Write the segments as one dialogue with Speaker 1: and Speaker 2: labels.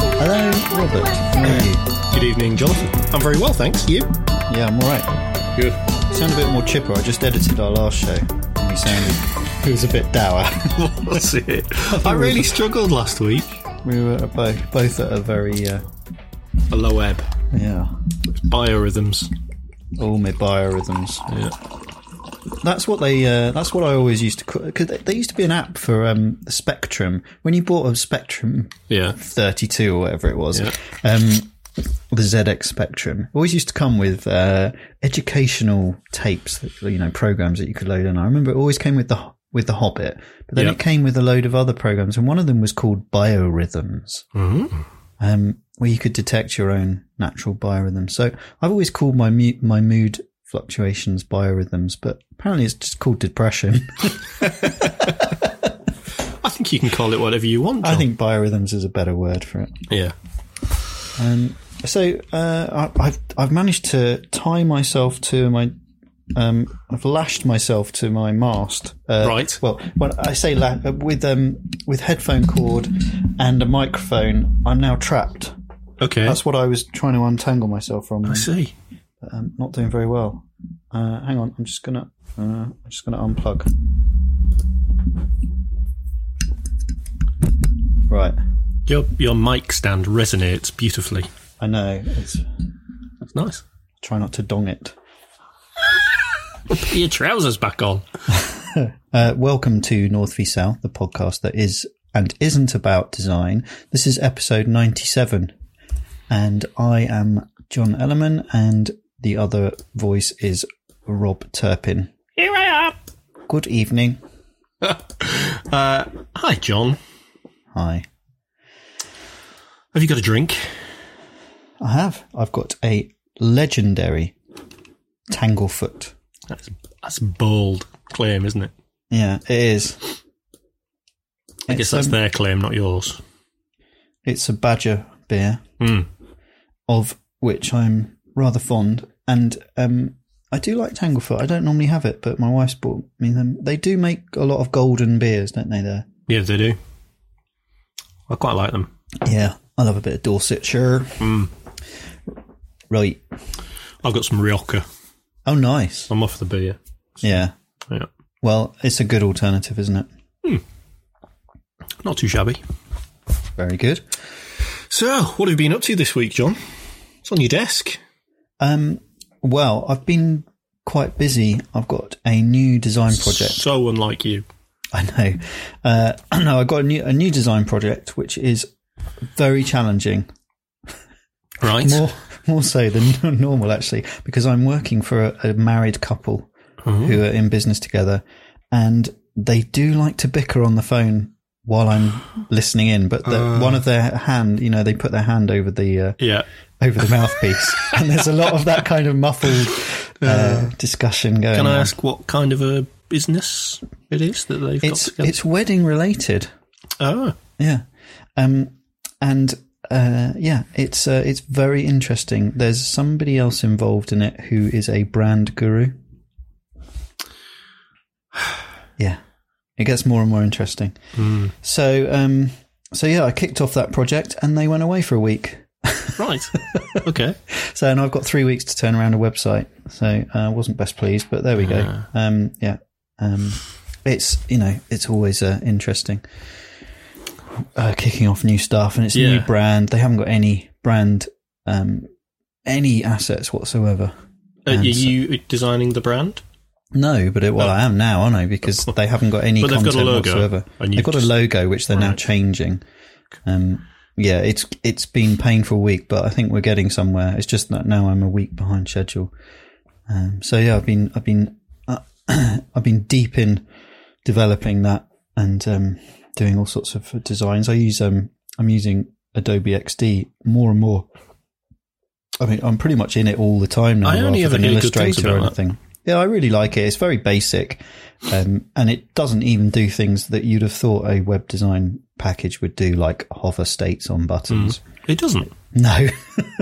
Speaker 1: Hello, Robert. How are you?
Speaker 2: Good evening, Jonathan. I'm very well, thanks. You?
Speaker 1: Yeah, I'm alright.
Speaker 2: Good.
Speaker 1: Sound a bit more chipper. I just edited our last show and he sounded. He was a bit dour.
Speaker 2: That's it. I really struggled last week.
Speaker 1: we were both, both at a very, uh,
Speaker 2: A low ebb.
Speaker 1: yeah,
Speaker 2: Biorhythms.
Speaker 1: all my biorhythms.
Speaker 2: Yeah.
Speaker 1: That's what they. Uh, that's what I always used to. Call, cause they- there used to be an app for um, the Spectrum. When you bought a Spectrum
Speaker 2: Yeah.
Speaker 1: 32 or whatever it was, um, the ZX Spectrum always used to come with uh, educational tapes, that, you know, programs that you could load. And I remember it always came with the with the Hobbit, but then
Speaker 2: Yeah.
Speaker 1: it came with a load of other programs, and one of them was called Biorhythms, um, where you could detect your own natural biorhythm. So I've always called my mu- my mood fluctuations biorhythms, but apparently it's just called depression.
Speaker 2: I think you can call it whatever you want.
Speaker 1: I
Speaker 2: John.
Speaker 1: think biorhythms is a better word for it.
Speaker 2: Yeah.
Speaker 1: Um, so uh, I, I've I've managed to tie myself to my. Um, I've lashed myself to my mast. Uh,
Speaker 2: Right.
Speaker 1: Well, when I say la- with um, with headphone cord and a microphone, I'm now trapped.
Speaker 2: Okay.
Speaker 1: That's what I was trying to untangle myself from.
Speaker 2: I see.
Speaker 1: But I'm not doing very well. Uh, hang on, I'm just gonna uh, I'm just gonna unplug. Right,
Speaker 2: Your your mic stand resonates beautifully.
Speaker 1: I know. It's
Speaker 2: That's nice.
Speaker 1: try not to dong it.
Speaker 2: Put your trousers back on.
Speaker 1: Uh, welcome to North v South, the podcast that is and isn't about design. This is episode 97, and I am John Ellerman, and the other voice is Rob Turpin.
Speaker 2: Here I
Speaker 1: Good evening.
Speaker 2: am. Uh, hi, John.
Speaker 1: Hi.
Speaker 2: Have you got a drink?
Speaker 1: I have. I've got a legendary Tanglefoot.
Speaker 2: That's that's a bold claim, isn't it?
Speaker 1: Yeah, it is.
Speaker 2: I guess that's
Speaker 1: um,
Speaker 2: their claim, not yours.
Speaker 1: It's a Badger beer.
Speaker 2: Hmm.
Speaker 1: of which I'm rather fond, and um, I do like Tanglefoot. I don't normally have it, but my wife's bought me them. They do make a lot of golden beers, don't they? There,
Speaker 2: Yeah, they do. I quite like them.
Speaker 1: yeah, I love a bit of Dorsetshire. Right.
Speaker 2: I've got some Rioja.
Speaker 1: Oh, nice.
Speaker 2: I'm off the beer.
Speaker 1: Yeah.
Speaker 2: Yeah.
Speaker 1: Well, it's a good alternative, isn't it?
Speaker 2: Not too shabby.
Speaker 1: Very good.
Speaker 2: So, what have you been up to this week, John? It's on your desk.
Speaker 1: Um, well, I've been quite busy. I've got a new design project.
Speaker 2: So unlike you.
Speaker 1: I know. Uh, no, I got a new a new design project, which is very challenging.
Speaker 2: Right.
Speaker 1: more more so than normal actually because i'm working for a, a married couple
Speaker 2: Mm-hmm.
Speaker 1: who are in business together and they do like to bicker on the phone while i'm listening in but the,
Speaker 2: Uh.
Speaker 1: one of their hand you know they put their hand over the uh,
Speaker 2: Yeah.
Speaker 1: over the mouthpiece and there's a lot of that kind of muffled uh, discussion going
Speaker 2: Can I
Speaker 1: on
Speaker 2: ask what kind of a business it is that they've
Speaker 1: it's
Speaker 2: got together?
Speaker 1: it's wedding related
Speaker 2: oh,
Speaker 1: Yeah, um, and uh, yeah, it's uh, it's very interesting. There's somebody else involved in it who is a brand guru. Yeah, it gets more and more interesting. So, um, so yeah, I kicked off that project, and they went away for a week.
Speaker 2: right. okay. Uh,
Speaker 1: So, and I've got three weeks to turn around a website. So, uh, I wasn't best pleased, but there we go. Um, yeah, um, it's you know, it's always uh, interesting uh, kicking off new stuff, and it's a new
Speaker 2: Yeah.
Speaker 1: brand. They haven't got any brand, um, any assets whatsoever.
Speaker 2: Are
Speaker 1: And so-
Speaker 2: you designing the brand?
Speaker 1: No, but it, well, I am now, aren't I? Because they haven't got any
Speaker 2: But they've got a
Speaker 1: content
Speaker 2: logo,
Speaker 1: whatsoever.
Speaker 2: and you
Speaker 1: They've got a
Speaker 2: just-
Speaker 1: logo which they're now changing. Um, yeah, it's it's been painful week, but I think we're getting somewhere. It's just that now I'm a week behind schedule. Um, so yeah, I've been I've been uh, I've been deep in developing that and um, doing all sorts of designs. I use um, I'm using Adobe XD more and more. I mean, I'm pretty much in it all the time now,
Speaker 2: I only
Speaker 1: rather
Speaker 2: ever
Speaker 1: than
Speaker 2: hear good things
Speaker 1: Illustrator or
Speaker 2: about that.
Speaker 1: anything. Yeah, I really like it. It's very basic, um, and it doesn't even do things that you'd have thought a web design package would do, like hover states on buttons.
Speaker 2: It doesn't.
Speaker 1: No,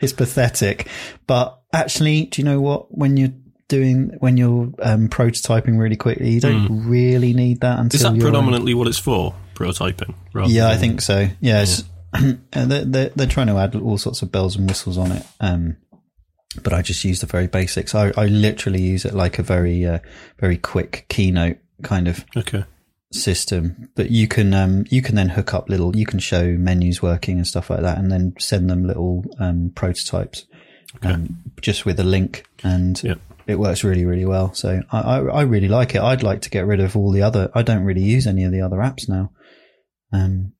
Speaker 1: it's pathetic. But actually, do you know what? When you're doing when you're um, prototyping really quickly, you don't really need that until
Speaker 2: Hmm. Is that
Speaker 1: you're
Speaker 2: predominantly what it's for? Prototyping. rather
Speaker 1: um, yeah, I
Speaker 2: than-
Speaker 1: think so. Yes, and they're, they're, they're trying to add all sorts of bells and whistles on it. Um, but I just use the very basics. I, I literally use it like a very, uh, very quick keynote kind of
Speaker 2: Okay.
Speaker 1: system. But you can, um, you can then hook up little, you can show menus working and stuff like that and then send them little, um, prototypes, um, just with a link and
Speaker 2: Yeah.
Speaker 1: it works really, really well. So I, I, I really like it. I'd like to get rid of all the other, I don't really use any of the other apps now. Um,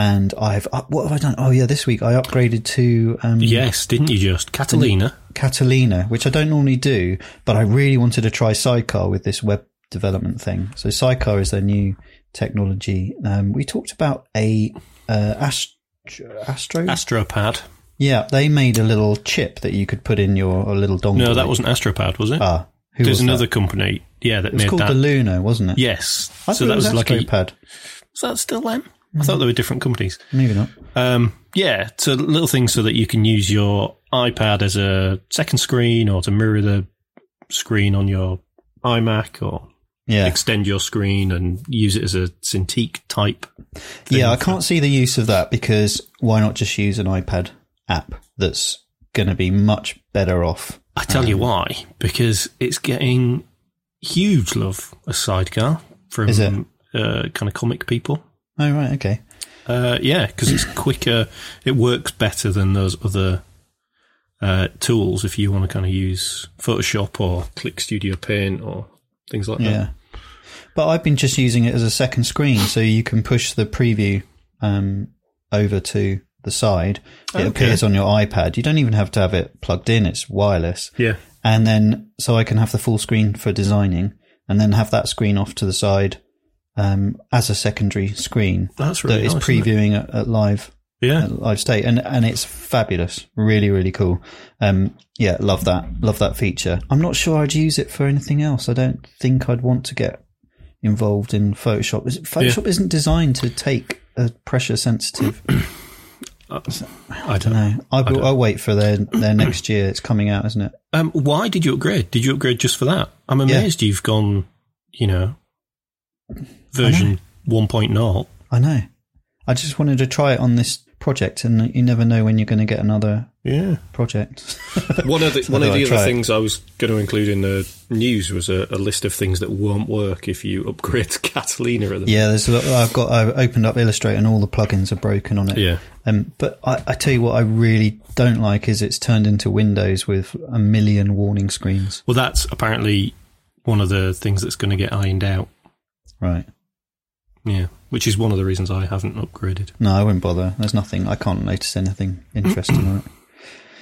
Speaker 1: and I've, up, what have I done? Oh yeah, this week I upgraded to, um,
Speaker 2: Yes, didn't you just? Catalina.
Speaker 1: Catalina, which I don't normally do, but I really wanted to try Sidecar with this web development thing. So Sidecar is their new technology. Um, we talked about a uh, Ast- Astro.
Speaker 2: Astropad.
Speaker 1: yeah, they made a little chip that you could put in your a little dongle.
Speaker 2: No, that wasn't Astropad, was it?
Speaker 1: Ah, Oh, who
Speaker 2: There's
Speaker 1: was
Speaker 2: another
Speaker 1: That?
Speaker 2: company. Yeah, that
Speaker 1: It was
Speaker 2: made
Speaker 1: called
Speaker 2: that.
Speaker 1: the Luna, wasn't it?
Speaker 2: yes.
Speaker 1: I
Speaker 2: so
Speaker 1: thought
Speaker 2: that
Speaker 1: it was,
Speaker 2: was like a.
Speaker 1: Astropad. Mm.
Speaker 2: Is that still them? I thought they were different companies.
Speaker 1: Maybe not.
Speaker 2: Um, yeah, so little things so that you can use your iPad as a second screen or to mirror the screen on your iMac or
Speaker 1: Yeah,
Speaker 2: extend your screen and use it as a Cintiq type.
Speaker 1: yeah. I can't see the use of that because why not just use an iPad app that's going to be much better off
Speaker 2: I tell
Speaker 1: Um,
Speaker 2: you why, because it's getting huge love, a sidecar from
Speaker 1: Is it?
Speaker 2: Uh, kind of comic people.
Speaker 1: Oh right, okay.
Speaker 2: Uh, yeah, because it's quicker. It works better than those other uh, tools if you want to kind of use Photoshop or Click Studio Paint or things like that.
Speaker 1: Yeah. But I've been just using it as a second screen, so you can push the preview um, over to the side. It
Speaker 2: Okay.
Speaker 1: appears on your iPad. You don't even have to have it plugged in, it's wireless.
Speaker 2: Yeah.
Speaker 1: And then, so I can have the full screen for designing and then have that screen off to the side um, as a secondary screen
Speaker 2: That's
Speaker 1: that
Speaker 2: really
Speaker 1: is
Speaker 2: nice, isn't it?
Speaker 1: previewing at, at live
Speaker 2: Yeah.
Speaker 1: at live state and and it's fabulous really really cool um yeah love that love that feature i'm not sure i'd use it for anything else i don't think i'd want to get involved in photoshop Is it- photoshop isn't designed to take a pressure sensitive
Speaker 2: I don't know.
Speaker 1: no I will, i'll wait for their their next year it's coming out isn't it
Speaker 2: Um, why did you upgrade? Did you upgrade just for that? I'm amazed you've gone, you know, version 1.0.
Speaker 1: i know i just wanted to try it on this project and you never know when you're going to get another
Speaker 2: Yeah.
Speaker 1: project
Speaker 2: One of the,
Speaker 1: thought
Speaker 2: one of the
Speaker 1: I'd
Speaker 2: other
Speaker 1: try it.
Speaker 2: things I was going to include in the news was a, a list of things that won't work if you upgrade to Catalina at the
Speaker 1: yeah there's a lot i've got i've opened up illustrator and all the plugins are broken on it
Speaker 2: Yeah.
Speaker 1: Um, but I, I tell you what, I really don't like is it's turned into Windows with a million warning screens.
Speaker 2: Well, that's apparently one of the things that's going to get ironed out.
Speaker 1: Right.
Speaker 2: Yeah. Which is one of the reasons I haven't upgraded.
Speaker 1: No, I wouldn't bother. There's nothing. I can't notice anything interesting on it.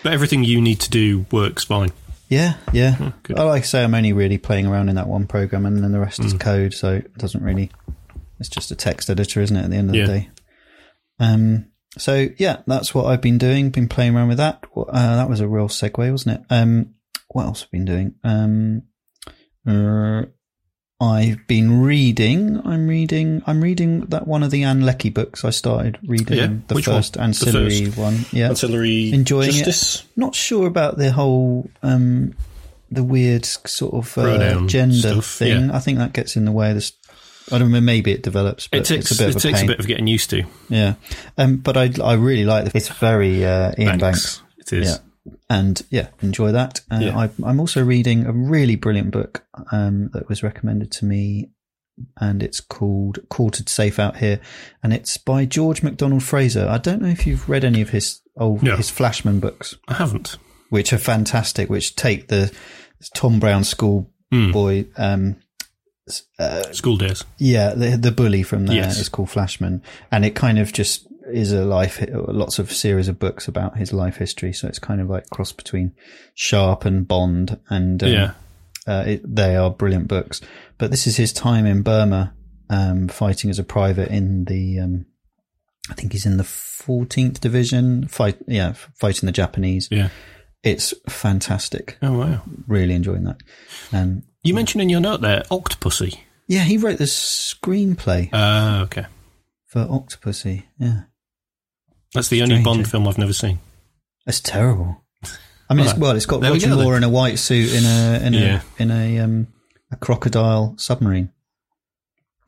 Speaker 2: But everything you need to do works fine.
Speaker 1: Yeah, yeah.
Speaker 2: Hmm, good. Hmm.
Speaker 1: I like I say, I'm only really playing around in that one program, and then the rest is code, so it doesn't really. It's just a text editor, isn't it? At the end of
Speaker 2: Yeah.
Speaker 1: the day. Um. So yeah, that's what I've been doing. Been playing around with that. Uh, that was a real segue, wasn't it? Um. What else have I been doing? Um. er, I've been reading. I'm reading. I'm reading that one of the Anne Leckie books. I started reading
Speaker 2: Yeah,
Speaker 1: the
Speaker 2: which one?
Speaker 1: first
Speaker 2: The
Speaker 1: ancillary one. Yeah,
Speaker 2: Ancillary
Speaker 1: Enjoying it.
Speaker 2: justice.
Speaker 1: not sure about the whole um the weird s- sort of uh,
Speaker 2: Pronoun
Speaker 1: gender
Speaker 2: stuff,
Speaker 1: thing. I think that gets in the way. Of this, I don't know. Maybe it develops, but
Speaker 2: It takes,
Speaker 1: it's a bit of
Speaker 2: it
Speaker 1: a
Speaker 2: takes
Speaker 1: pain.
Speaker 2: a bit of getting used to.
Speaker 1: Yeah, um, but I I really like the. It's very uh, Ian Banks.
Speaker 2: It is.
Speaker 1: Yeah. And yeah, enjoy that. Uh,
Speaker 2: Yeah.
Speaker 1: I, I'm also reading a really brilliant book um, that was recommended to me, and it's called Quartered Safe Out Here, and it's by George MacDonald Fraser. I don't know if you've read any of his old
Speaker 2: No.
Speaker 1: his Flashman books
Speaker 2: I haven't.
Speaker 1: which are fantastic, which take the Tom Brown schoolboy,
Speaker 2: Hmm.
Speaker 1: um,
Speaker 2: School days.
Speaker 1: yeah, the, the bully from there is
Speaker 2: Yes.
Speaker 1: called Flashman, and it kind of just is a life, lots of series of books about his life history. So it's kind of like cross between Sharp and Bond, and um,
Speaker 2: yeah.
Speaker 1: uh, it, they are brilliant books. But this is his time in Burma, um, fighting as a private in the, um, I think he's in the 14th Division, fight, yeah, fighting the Japanese.
Speaker 2: Yeah.
Speaker 1: It's fantastic.
Speaker 2: Oh, wow.
Speaker 1: really enjoying that. Um,
Speaker 2: You mentioned in your note there Octopussy.
Speaker 1: yeah, he wrote the screenplay
Speaker 2: Ah, okay.
Speaker 1: for Octopussy. Yeah,
Speaker 2: That's the only
Speaker 1: Strange,
Speaker 2: Bond
Speaker 1: eh?
Speaker 2: film I've never seen.
Speaker 1: that's terrible. I mean, it's,
Speaker 2: Right.
Speaker 1: well, it's got
Speaker 2: There we
Speaker 1: Roger
Speaker 2: go then.
Speaker 1: Moore in a white suit in a in a
Speaker 2: Yeah.
Speaker 1: in a um a crocodile submarine.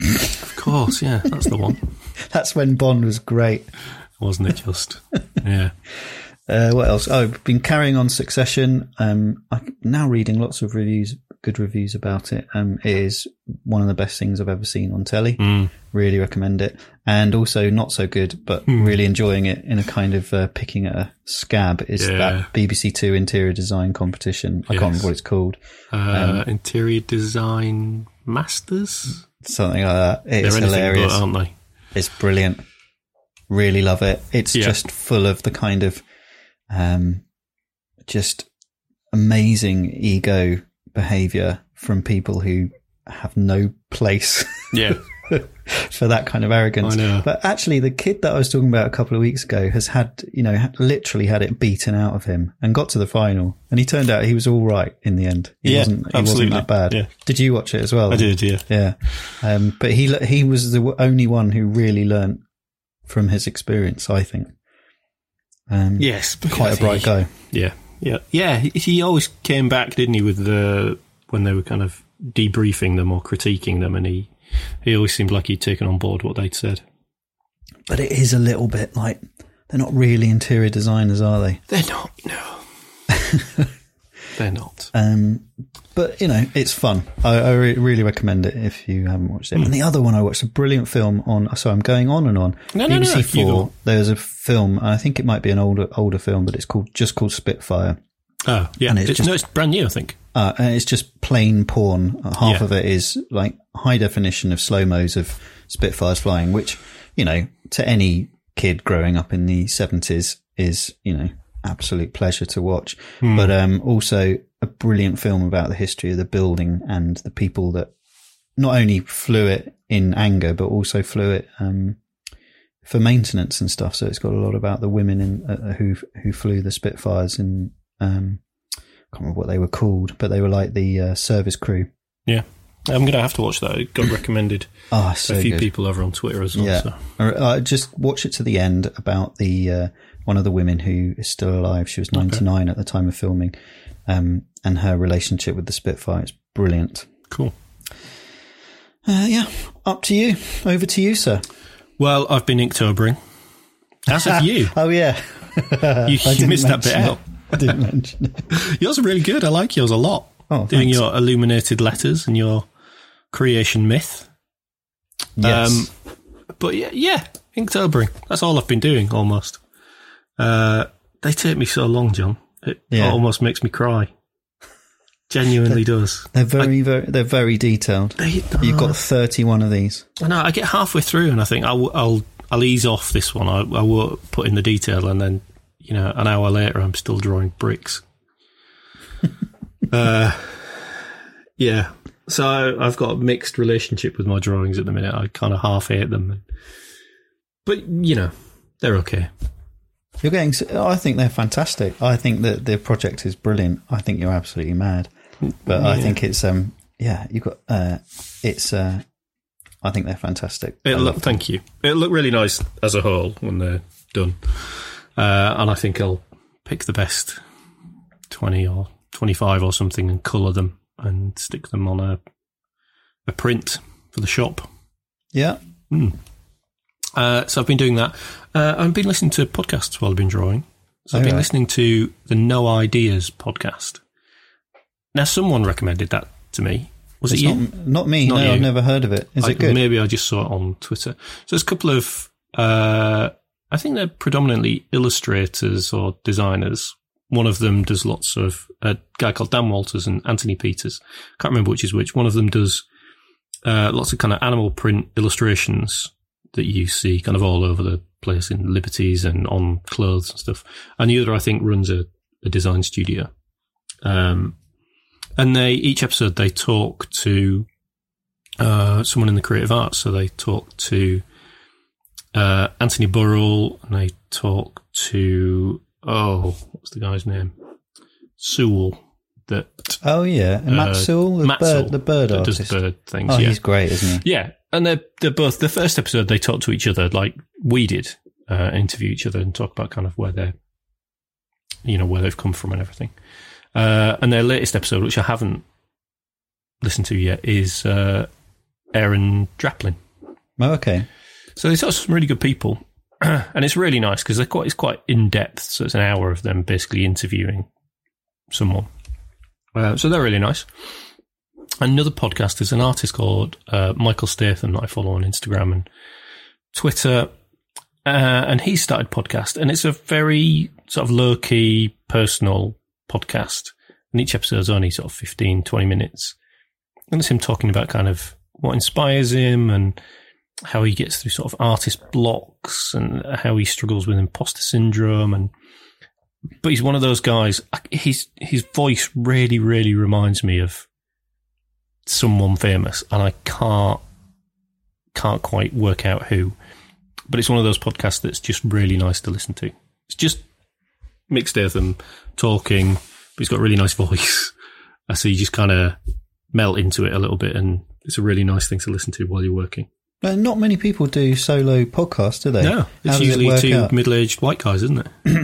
Speaker 2: Of course, yeah, that's the one.
Speaker 1: That's when Bond was great.
Speaker 2: wasn't it? Just yeah.
Speaker 1: Uh, what else? Oh, I've been carrying on Succession. Um, I'm now reading lots of reviews, good reviews about it. Um, it is one of the best things I've ever seen on telly.
Speaker 2: Mm.
Speaker 1: Really recommend it. And also not so good, but
Speaker 2: Hmm.
Speaker 1: really enjoying it in a kind of uh, picking at a scab is
Speaker 2: Yeah.
Speaker 1: that BBC Two interior design competition. I can't
Speaker 2: Yes.
Speaker 1: remember what it's called.
Speaker 2: Uh,
Speaker 1: Um,
Speaker 2: interior design masters.
Speaker 1: Something like that. It's
Speaker 2: They're anything
Speaker 1: hilarious.
Speaker 2: but, aren't they?
Speaker 1: It's brilliant. Really love it. It's
Speaker 2: Yeah.
Speaker 1: just full of the kind of um, just amazing ego behavior from people who have no place
Speaker 2: Yeah.
Speaker 1: for that kind of arrogance.
Speaker 2: I know.
Speaker 1: But actually, the kid that I was talking about a couple of weeks ago has had, you know, ha- literally had it beaten out of him and got to the final. And he turned out he was all right in the end. He
Speaker 2: Yeah,
Speaker 1: wasn't, he wasn't
Speaker 2: absolutely.
Speaker 1: that bad.
Speaker 2: Yeah.
Speaker 1: Did you watch it as well?
Speaker 2: I did. Yeah.
Speaker 1: Yeah, um, but he le- he was the w- only one who really learnt from his experience. I think. Um,
Speaker 2: Yes.
Speaker 1: quite a bright guy.
Speaker 2: Yeah, yeah, yeah. He he always came back, didn't he, with the when they were kind of debriefing them or critiquing them, and he he always seemed like he'd taken on board what they'd said.
Speaker 1: But it is a little bit like they're not really interior designers, are they?
Speaker 2: They're not. No, they're not.
Speaker 1: Um, but you know, it's fun. I, I re- really recommend it if you haven't watched it. And the other one I watched a brilliant film on. So I'm going on and on.
Speaker 2: No, no, no,
Speaker 1: BBC
Speaker 2: you go on.
Speaker 1: Four. There's a film. And I think it might be an older older film, but it's called just called Spitfire.
Speaker 2: Oh, yeah.
Speaker 1: And it's
Speaker 2: It's,
Speaker 1: just-
Speaker 2: no, it's brand new, I think.
Speaker 1: Uh, and it's just plain porn. Uh, Half
Speaker 2: Yeah.
Speaker 1: of it is like high definition of slow mos of Spitfires flying, which, you know, to any kid growing up in the 70s is, you know, absolute pleasure to watch. But um, also a brilliant film about the history of the building and the people that not only flew it in anger, but also flew it um, for maintenance and stuff. So it's got a lot about the women in, uh, who who flew the Spitfires in. Um, I can't remember what they were called, but they were like the uh, service crew.
Speaker 2: Yeah, I'm gonna have to watch that. It got recommended
Speaker 1: Ah,
Speaker 2: to
Speaker 1: so
Speaker 2: a few
Speaker 1: good.
Speaker 2: people over on Twitter as well.
Speaker 1: yeah,
Speaker 2: So.
Speaker 1: Or, uh, just watch it to the end about the uh, one of the women who is still alive. She was ninety nine at the time of filming, um, and her relationship with the Spitfire is brilliant.
Speaker 2: Cool.
Speaker 1: Uh, yeah, up to you. Over to you, sir.
Speaker 2: Well, I've been Inktobering. As have you.
Speaker 1: Oh yeah,
Speaker 2: You,
Speaker 1: Uh, I
Speaker 2: you
Speaker 1: didn't
Speaker 2: missed that bit
Speaker 1: mention it.
Speaker 2: out.
Speaker 1: I didn't mention it.
Speaker 2: Yours are really good. I like yours a lot.
Speaker 1: Oh,
Speaker 2: Doing
Speaker 1: thanks.
Speaker 2: your illuminated letters and your creation myth. Um,
Speaker 1: Yes.
Speaker 2: But yeah, yeah, Inktober. That's all I've been doing almost. Uh, they take me so long, John. It
Speaker 1: Yeah.
Speaker 2: almost makes me cry. Genuinely does.
Speaker 1: they're very, very, they're very detailed.
Speaker 2: They,
Speaker 1: You've got 31 of these.
Speaker 2: I know. I get halfway through and I think I'll I'll, I'll ease off this one. I, I won't put in the detail, and then you know, an hour later, I'm still drawing bricks. uh, yeah. So I've got a mixed relationship with my drawings at the minute. I kind of half hate them, but you know, they're okay.
Speaker 1: You're getting. s- I think they're fantastic. I think that the project is brilliant. I think you're absolutely mad. But I think it's um yeah you've got uh it's uh I think they're fantastic.
Speaker 2: It
Speaker 1: I
Speaker 2: look,
Speaker 1: love-
Speaker 2: thank you. It looked really nice as a whole when they're done, uh, and I think I'll pick the best twenty or twenty-five or something and colour them and stick them on a a print for the shop.
Speaker 1: yeah.
Speaker 2: Uh, so I've been doing that. Uh, I've been listening to podcasts while I've been drawing. So I've been
Speaker 1: Alright.
Speaker 2: listening to the No Ideas podcast. Now, someone recommended that to me. Was
Speaker 1: It's
Speaker 2: it you?
Speaker 1: not, not me.
Speaker 2: Not
Speaker 1: no,
Speaker 2: you.
Speaker 1: I've never heard of it. Is
Speaker 2: I-
Speaker 1: it good?
Speaker 2: Maybe I just saw it on Twitter. So there's a couple of, uh, I think they're predominantly illustrators or designers. One of them does lots of a guy called Dan Walters and Anthony Peters. Can't remember which is which. One of them does uh, lots of kind of animal print illustrations that you see kind of all over the place in Liberties and on clothes and stuff. And the other, I think, runs a, a design studio. Um, and they each episode they talk to uh, someone in the creative arts. So they talk to uh, Anthony Burrell and they talk to, oh, what's the guy's name? Sewell. That
Speaker 1: Oh yeah, and Matt
Speaker 2: uh,
Speaker 1: Sewell, the
Speaker 2: Matt
Speaker 1: bird,
Speaker 2: Sewell,
Speaker 1: the bird
Speaker 2: that
Speaker 1: artist.
Speaker 2: does bird things.
Speaker 1: oh,
Speaker 2: yeah.
Speaker 1: he's great, isn't he?
Speaker 2: Yeah, and they're they're both the first episode they talk to each other like we did, uh, interview each other and talk about kind of where they're, you know, where they've come from and everything. Uh, and their latest episode, which I haven't listened to yet, is uh, Aaron Draplin.
Speaker 1: Oh, okay.
Speaker 2: So they talk to some really good people, and it's really nice because they're quite it's quite in depth. So it's an hour of them basically interviewing someone. Uh, so they're really nice. Another podcast is an artist called uh, Michael Statham that I follow on Instagram and Twitter, uh, and he started podcast, and it's a very sort of low key personal podcast. And each episode is only sort of 15, 20 minutes. And it's him talking about kind of what inspires him and how he gets through sort of artist blocks and how he struggles with imposter syndrome and but he's one of those guys his his voice really really reminds me of someone famous and I can't can't quite work out who but it's one of those podcasts that's just really nice to listen to it's just mixed earth and talking but he's got a really nice voice so you just kind of melt into it a little bit and it's a really nice thing to listen to while you're working
Speaker 1: Uh, not many people do solo podcasts, do they?
Speaker 2: no,
Speaker 1: How
Speaker 2: it's
Speaker 1: does it
Speaker 2: usually
Speaker 1: work
Speaker 2: two
Speaker 1: out?
Speaker 2: middle-aged white guys, isn't it?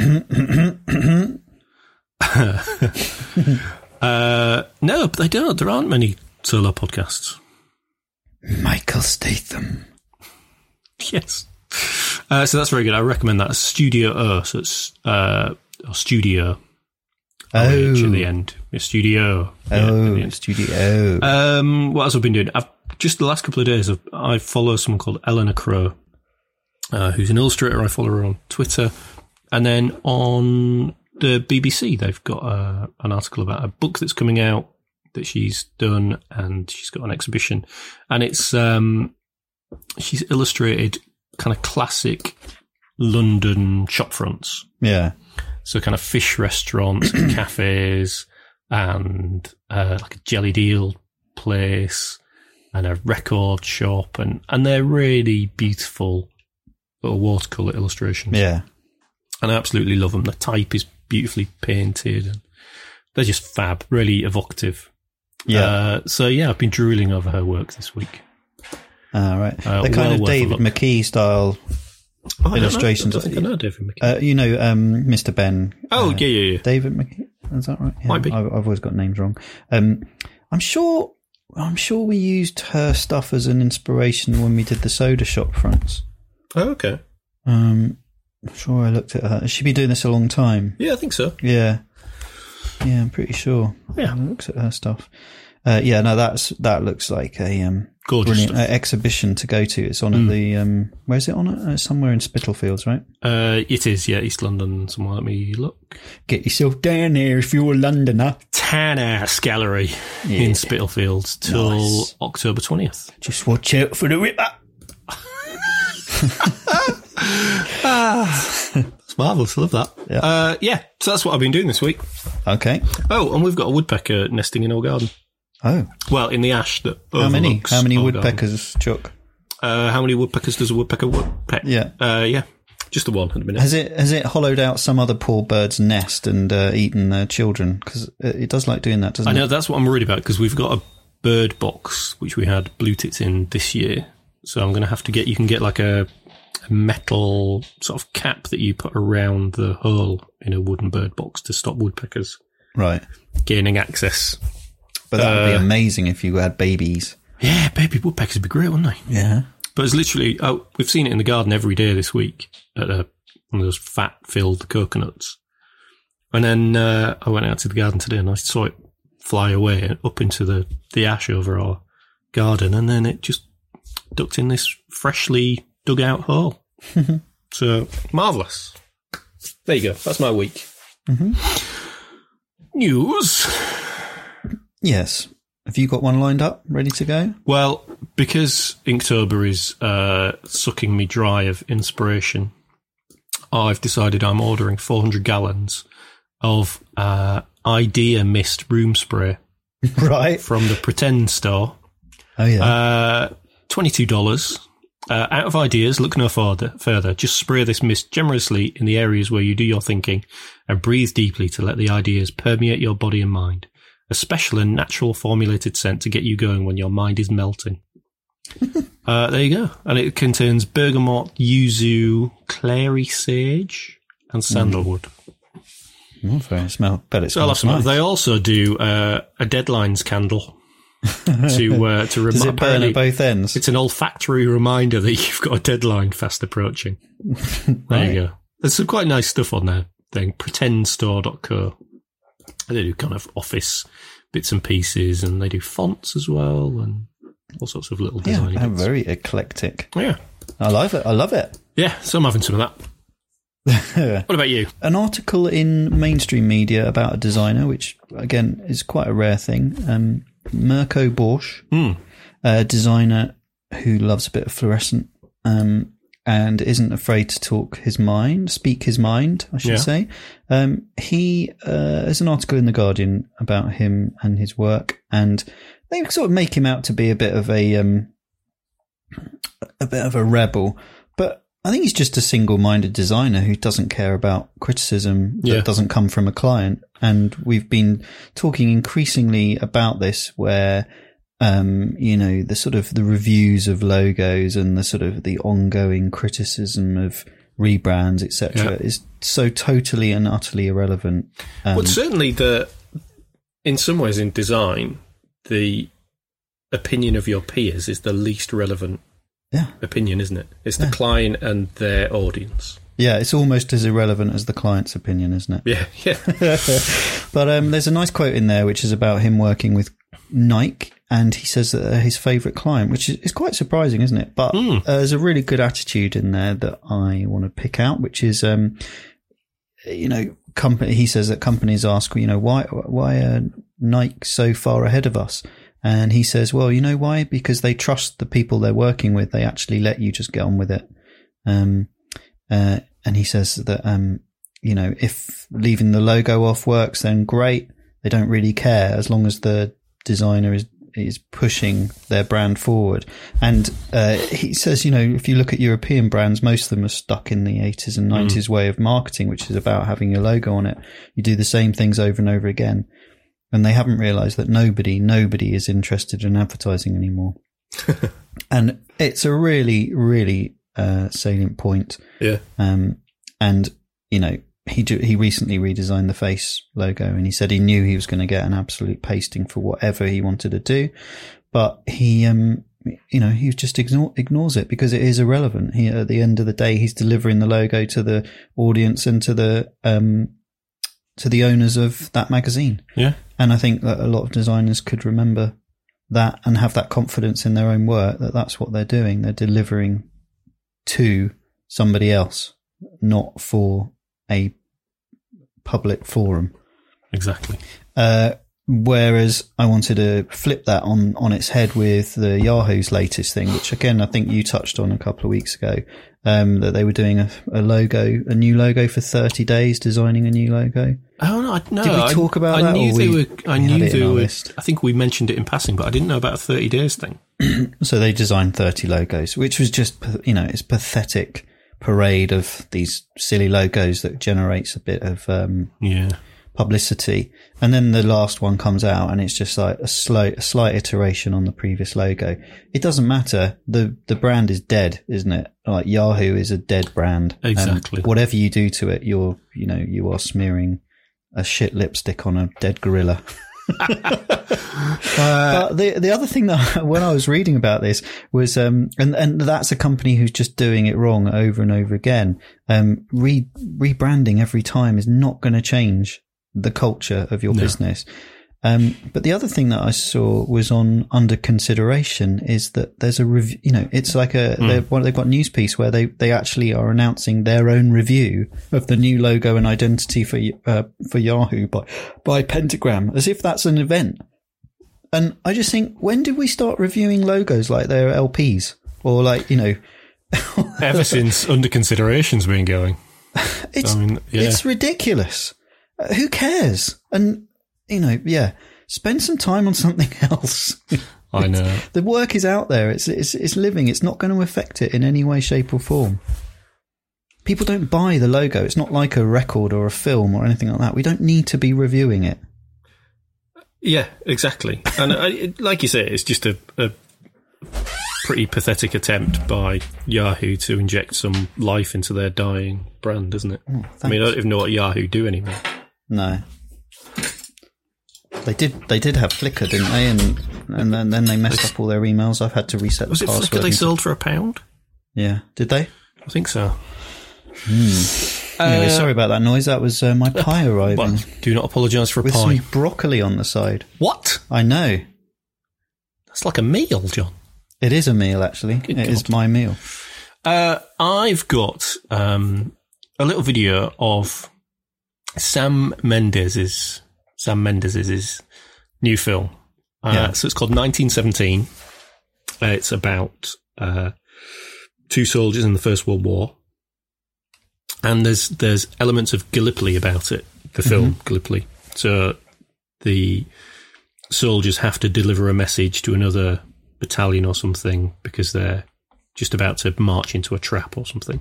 Speaker 2: uh, no, but they don't. There aren't many solo podcasts.
Speaker 1: Michael Statham.
Speaker 2: Yes. Uh, so that's very good. I recommend that. Studio O, so it's uh, or Studio
Speaker 1: Oh,
Speaker 2: H at the end. It's Studio. yeah, at the
Speaker 1: oh,
Speaker 2: end.
Speaker 1: studio.
Speaker 2: Um, what else I've been doing? I've just the last couple of days. I've, I follow someone called Eleanor Crow, uh, who's an illustrator. I follow her on Twitter, and then on the BBC, they've got uh an article about a book that's coming out that she's done, and she's got an exhibition, and it's um, she's illustrated kind of classic London shopfronts
Speaker 1: yeah,
Speaker 2: so kind of fish restaurants and cafes and uh, like a jelly deal place and a record shop and and they're really beautiful little watercolor illustrations
Speaker 1: yeah.
Speaker 2: and I absolutely love them the type is beautifully painted and they're just fab really evocative
Speaker 1: Yeah.
Speaker 2: uh, so yeah I've been drooling over her work this week
Speaker 1: All Ah, right. They're
Speaker 2: uh, well
Speaker 1: kind of
Speaker 2: worth a
Speaker 1: David
Speaker 2: look.
Speaker 1: McKee style. Oh,
Speaker 2: I don't know.
Speaker 1: Illustrations.
Speaker 2: I don't think I know David McKee
Speaker 1: Uh, you know, um, Mr. Ben. uh,
Speaker 2: oh yeah yeah yeah
Speaker 1: David McKee. Is that right? Yeah,
Speaker 2: Might be.
Speaker 1: I've, I've always got names wrong. Um, I'm sure. I'm sure we used her stuff as an inspiration when we did the soda shop fronts.
Speaker 2: oh okay
Speaker 1: Um, I'm sure I looked at her. She's been doing this a long time.
Speaker 2: yeah I think so
Speaker 1: Yeah. Yeah, I'm pretty sure.
Speaker 2: Yeah.
Speaker 1: I looked at her stuff. Uh, yeah, no, that's that looks like a um,
Speaker 2: gorgeous
Speaker 1: brilliant
Speaker 2: stuff.
Speaker 1: uh, exhibition to go to. It's on
Speaker 2: Hmm.
Speaker 1: at the um, where is it on? At? Uh, somewhere in Spitalfields, right?
Speaker 2: Uh, it is, yeah, East London. Somewhere, let me look.
Speaker 1: Get yourself down here if you're a Londoner.
Speaker 2: Tanner's Gallery in Spitalfields till
Speaker 1: Nice.
Speaker 2: October 20th.
Speaker 1: Just watch out for the Ripper.
Speaker 2: It's marvellous. I love that.
Speaker 1: Yeah.
Speaker 2: Uh, yeah, so that's what I've been doing this week.
Speaker 1: Okay.
Speaker 2: Oh, and we've got a woodpecker nesting in our garden.
Speaker 1: Oh,
Speaker 2: Well, in the ash that
Speaker 1: how many?
Speaker 2: overlooks
Speaker 1: How many
Speaker 2: our
Speaker 1: woodpeckers, Chuck?
Speaker 2: garden. Uh, how many woodpeckers does a woodpecker woodpeck?
Speaker 1: Yeah.
Speaker 2: Uh, yeah, just the one at the minute.
Speaker 1: Has it has it hollowed out some other poor bird's nest and uh, eaten their children? Because it does like doing that, doesn't
Speaker 2: I
Speaker 1: it?
Speaker 2: know that's what I'm worried about because we've got a bird box which we had blue tits in this year. So I'm going to have to get. You can get like a, a metal sort of cap that you put around the hole in a wooden bird box to stop woodpeckers
Speaker 1: Right.
Speaker 2: gaining access.
Speaker 1: But that
Speaker 2: Uh,
Speaker 1: would be amazing if you had babies.
Speaker 2: Yeah, baby woodpeckers would be great, wouldn't they?
Speaker 1: Yeah.
Speaker 2: But it's literally. Oh, we've seen it in the garden every day this week at a, one of those fat filled coconuts. And then uh, I went out to the garden today and I saw it fly away and up into the, the ash over our garden. And then it just ducked in this freshly dug out hole. so marvellous. There you go. That's my week. News.
Speaker 1: Yes. Have you got one lined up, ready to go?
Speaker 2: Well, because Inktober is uh, sucking me dry of inspiration, I've decided I'm ordering 400 gallons of uh, Idea Mist room spray
Speaker 1: Right.
Speaker 2: from the Pretend store.
Speaker 1: Oh yeah.
Speaker 2: Uh, $22. Uh, out of ideas, look no further, further. Just spray this mist generously in the areas where you do your thinking and breathe deeply to let the ideas permeate your body and mind. A special and natural formulated scent to get you going when your mind is melting. uh, there you go. And it contains bergamot, yuzu, clary sage, and
Speaker 1: Mm.
Speaker 2: sandalwood.
Speaker 1: Well, very smell. Bet it's
Speaker 2: Uh, So I'll have some.
Speaker 1: nice.
Speaker 2: They also do uh, a deadlines candle. to uh, to
Speaker 1: Does it
Speaker 2: remind.
Speaker 1: burn at both ends?
Speaker 2: It's an olfactory reminder that you've got a deadline fast approaching. There
Speaker 1: Right.
Speaker 2: you go. There's some quite nice stuff on there. Thing pretendstore.co. They do kind of office bits and pieces, and they do fonts as well, and all sorts of little
Speaker 1: Yeah,
Speaker 2: design.
Speaker 1: how
Speaker 2: bits. Oh,
Speaker 1: very eclectic.
Speaker 2: yeah,
Speaker 1: I love it. I love it.
Speaker 2: yeah. So I'm having some of that. What about you?
Speaker 1: an article in mainstream media about a designer, which again is quite a rare thing. Um, Mirko Borsch, a designer who loves a bit of fluorescent um, and isn't afraid to talk his mind, speak his mind, I should
Speaker 2: Yeah.
Speaker 1: say. Um, he uh, there's an article in the Guardian about him and his work, and they sort of make him out to be a bit of a um, a bit of a rebel, but I think he's just a single-minded designer who doesn't care about criticism that
Speaker 2: Yeah.
Speaker 1: doesn't come from a client. And we've been talking increasingly about this, where um, you know the sort of the reviews of logos and the sort of the ongoing criticism of rebrands, etc.,
Speaker 2: Yeah.
Speaker 1: is so totally and utterly irrelevant. Um,
Speaker 3: Well, certainly the, in some ways, in design, the opinion of your peers is the least relevant
Speaker 1: Yeah.
Speaker 3: opinion, isn't it? It's the client and their audience.
Speaker 1: yeah, it's almost as irrelevant as the client's opinion, isn't it?
Speaker 3: Yeah, yeah.
Speaker 1: But um, there's a nice quote in there which is about him working with Nike, and he says that they're his favorite client, which is, is quite surprising, isn't it? But uh, there's a really good attitude in there that I want to pick out, which is, um, you know, company. He says that companies ask, you know, why why are Nike so far ahead of us? And he says, well, you know why? Because they trust the people they're working with. They actually let you just get on with it. Um, uh, and he says that um, you know if leaving the logo off works, then great. They don't really care as long as the designer is is pushing their brand forward. And uh, he says, you know, if you look at European brands, most of them are stuck in the 80s and 90s way of marketing, which is about having your logo on it. You do the same things over and over again. And they haven't realized that nobody, nobody is interested in advertising anymore. and it's a really, really uh, salient point.
Speaker 3: Yeah.
Speaker 1: Um, and you know, he do, he recently redesigned the face logo, and he said he knew he was going to get an absolute pasting for whatever he wanted to do, but he um. You know, he just ignore, ignores it because it is irrelevant. He, at the end of the day, he's delivering the logo to the audience and to the um, to the owners of that magazine.
Speaker 2: Yeah,
Speaker 1: And I think that a lot of designers could remember that and have that confidence in their own work that that's what they're doing. They're delivering to somebody else, not for a public forum.
Speaker 2: exactly.
Speaker 1: Uh, whereas I wanted to flip that on, on its head with the Yahoo's latest thing, which again, I think you touched on a couple of weeks ago, um, that they were doing a, a logo, a new logo for 30 days, designing a new logo.
Speaker 2: Oh no, I, no!
Speaker 1: Did we
Speaker 2: I-
Speaker 1: talk about
Speaker 2: I
Speaker 1: that,
Speaker 2: Knew
Speaker 1: or
Speaker 2: they
Speaker 1: we-
Speaker 2: were, I
Speaker 1: we had
Speaker 2: knew
Speaker 1: it in
Speaker 2: they
Speaker 1: our
Speaker 2: were.
Speaker 1: list?
Speaker 2: I think we mentioned it in passing, but I didn't know about a thirty days thing.
Speaker 1: So they designed 30 logos, which was just, you know, it's pathetic parade of these silly logos that generates a bit of um,
Speaker 2: Yeah,
Speaker 1: publicity. And then the last one comes out and it's just like a slow, a slight iteration on the previous logo. It doesn't matter. The, the brand is dead, isn't it? Like Yahoo is a dead brand. And
Speaker 2: Exactly.
Speaker 1: whatever you do to it, you're, you know, you are smearing a shit lipstick on a dead gorilla. But the the other thing that when I was reading about this was um and and that's a company who's just doing it wrong over and over again. Um, re rebranding every time is not going to change the culture of your business. Um, but the other thing that I saw was on under consideration is that there's a review. You know, it's like a they've, well, they've got a news piece where they they actually are announcing their own review of the new logo and identity for uh, for Yahoo by by Pentagram, as if that's an event. And I just think, when did we start reviewing logos like they're LPs or like you know,
Speaker 2: ever since under consideration's been going.
Speaker 1: it's
Speaker 2: I mean, yeah.
Speaker 1: it's ridiculous. Uh, who cares? And you know, yeah, spend some time on something else.
Speaker 2: I know.
Speaker 1: the work is out there. It's it's it's living. It's not going to affect it in any way, shape, or form. People don't buy the logo. It's not like a record or a film or anything like that. We don't need to be reviewing it.
Speaker 3: Yeah, exactly. And
Speaker 2: uh,
Speaker 3: I, it- like you say, it's just a, a pretty pathetic attempt by Yahoo to inject some life into their dying
Speaker 1: Hmm,
Speaker 3: brand, isn't it? I mean, I don't even know what Yahoo do anymore.
Speaker 1: No. They did. They did have Flickr, didn't they? And and then, then they messed up all their emails. I've had to reset
Speaker 2: Was
Speaker 1: the
Speaker 2: it
Speaker 1: password.
Speaker 2: Flickr they
Speaker 1: and-
Speaker 2: sold for a pound?
Speaker 1: yeah, did they?
Speaker 2: I think so.
Speaker 1: Hmm.
Speaker 2: Uh,
Speaker 1: anyway, sorry about that noise. That was uh, my pie arriving
Speaker 2: Well, do not apologise for a
Speaker 1: with
Speaker 2: pie.
Speaker 1: some broccoli on the side.
Speaker 2: What?
Speaker 1: I know
Speaker 2: That's like a meal, John.
Speaker 1: it is a meal. Actually, It is my meal.
Speaker 2: Uh, I've got um, a little video of Sam Mendes's Sam Mendes's new film. Uh,
Speaker 1: Yeah.
Speaker 2: So it's called 1917. Uh, it's about uh, two soldiers in the First World War, and there's there's elements of Gallipoli about it. The film Gallipoli. So the soldiers have to deliver a message to another battalion or something because they're just about to march into a trap or something.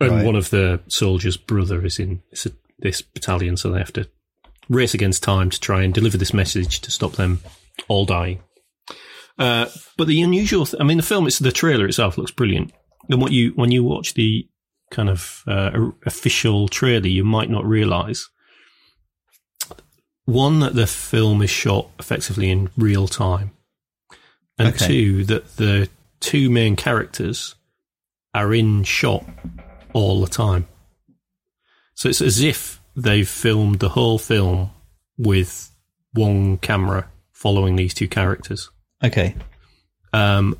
Speaker 2: And
Speaker 1: Right.
Speaker 2: one of the soldiers' brother is in this, this battalion, so they have to race against time to try and deliver this message to stop them all dying. Uh, but the unusual, th- I mean, the film, it's the trailer itself looks brilliant. And what you when you watch the kind of uh, o- official trailer, you might not realise one that the film is shot effectively in real time, and
Speaker 1: Okay.
Speaker 2: two that the two main characters are in shot all the time. So it's as if they've filmed the whole film with one camera following these two characters.
Speaker 1: Okay,
Speaker 2: Um,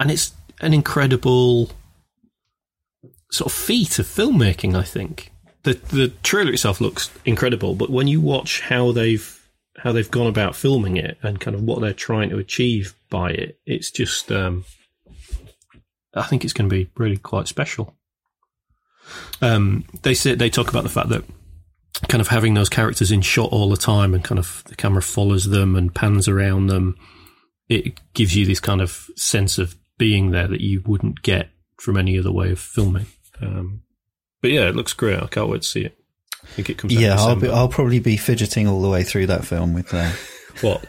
Speaker 2: and it's an incredible sort of feat of filmmaking, I think. The the trailer itself looks incredible, but when you watch how they've how they've gone about filming it and kind of what they're trying to achieve by it, it's just um, I think it's going to be really quite special. Um, they say they talk about the fact that kind of having those characters in shot all the time and kind of the camera follows them and pans around them it gives you this kind of sense of being there that you wouldn't get from any other way of filming. Um, but yeah, it looks great. I can't wait to see it. I think it comes out.
Speaker 1: yeah,
Speaker 2: in
Speaker 1: I'll, be,
Speaker 2: December.
Speaker 1: I'll probably be fidgeting all the way through that film with. Uh,
Speaker 2: what?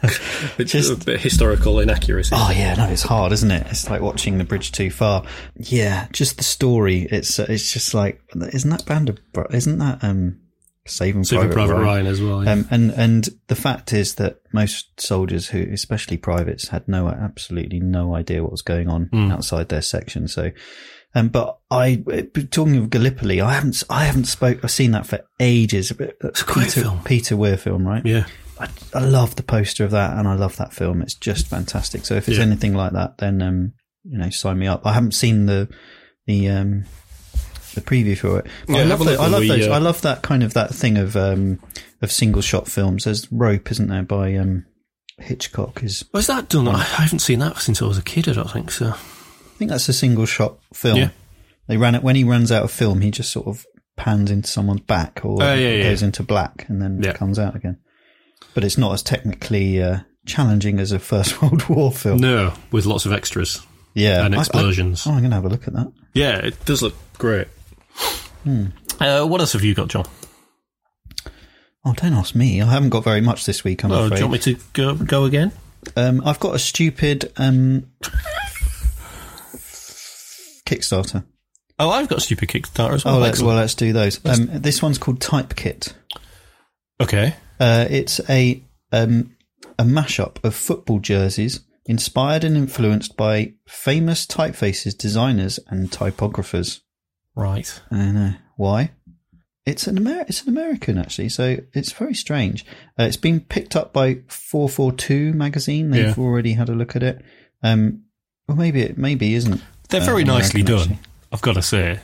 Speaker 2: It's
Speaker 1: Just-
Speaker 2: a bit of historical inaccuracy.
Speaker 1: Oh yeah, no, it's hard, isn't it? It's like watching The Bridge Too Far. Yeah, just the story. It's uh, it's just like isn't that Band of Bro- isn't that um Saving
Speaker 2: Saving
Speaker 1: Private,
Speaker 2: Private
Speaker 1: Ryan?
Speaker 2: Ryan as well. yeah.
Speaker 1: Um, and and the fact is that most soldiers, who especially privates, had no absolutely no idea what was going on
Speaker 2: Hmm.
Speaker 1: outside their section. So, um, but I uh, talking of Gallipoli, I haven't I haven't spoke I've seen that for ages. But
Speaker 2: a great
Speaker 1: Peter
Speaker 2: film.
Speaker 1: Peter Weir film, right?
Speaker 2: yeah.
Speaker 1: I, I love the poster of that and I love that film. It's just fantastic. So if it's
Speaker 2: Yeah.
Speaker 1: anything like that, then um, you know, sign me up. I haven't seen the the um, the preview for it. But
Speaker 2: Yeah,
Speaker 1: I
Speaker 2: have
Speaker 1: love,
Speaker 2: a look
Speaker 1: those, I
Speaker 2: when
Speaker 1: love
Speaker 2: we,
Speaker 1: those.
Speaker 2: uh,
Speaker 1: I love that kind of that thing of um, of single shot films. There's Rope, isn't there, by um, Hitchcock? Is
Speaker 2: Was that done? I I haven't seen that since I was a kid. I don't think so.
Speaker 1: I think that's a single shot film.
Speaker 2: Yeah.
Speaker 1: They ran it when he runs out of film. He just sort of pans into someone's back or
Speaker 2: Oh, yeah, yeah.
Speaker 1: goes into black and then
Speaker 2: Yeah.
Speaker 1: comes out again. But it's not as technically uh, challenging as a First World War film.
Speaker 2: No, with lots of extras
Speaker 1: Yeah.
Speaker 2: and
Speaker 1: I- I-
Speaker 2: explosions.
Speaker 1: oh, I'm going to have a look at that.
Speaker 2: yeah, it does look great.
Speaker 1: Hmm.
Speaker 2: Uh, what else have you got, John?
Speaker 1: Oh, don't ask me. I haven't got very much this week, I'm
Speaker 2: Oh, do
Speaker 1: afraid.
Speaker 2: you want me to go go again?
Speaker 1: um, I've got a stupid um, Kickstarter.
Speaker 2: Oh, I've got stupid Kickstarter as well.
Speaker 1: Oh, let's,
Speaker 2: Excellent.
Speaker 1: well, let's do those. Um, this one's called Typekit.
Speaker 2: okay.
Speaker 1: Uh, it's a um, a mashup of football jerseys inspired and influenced by famous typefaces, designers, and typographers.
Speaker 2: Right.
Speaker 1: I don't know why. It's an Amer- it's an American actually, so it's very strange. Uh, it's been picked up by 442 magazine. They've
Speaker 2: Yeah.
Speaker 1: already had a look at it. Um, well, maybe it maybe isn't.
Speaker 2: They're
Speaker 1: uh,
Speaker 2: very nicely done.
Speaker 1: American,
Speaker 2: I've got to say,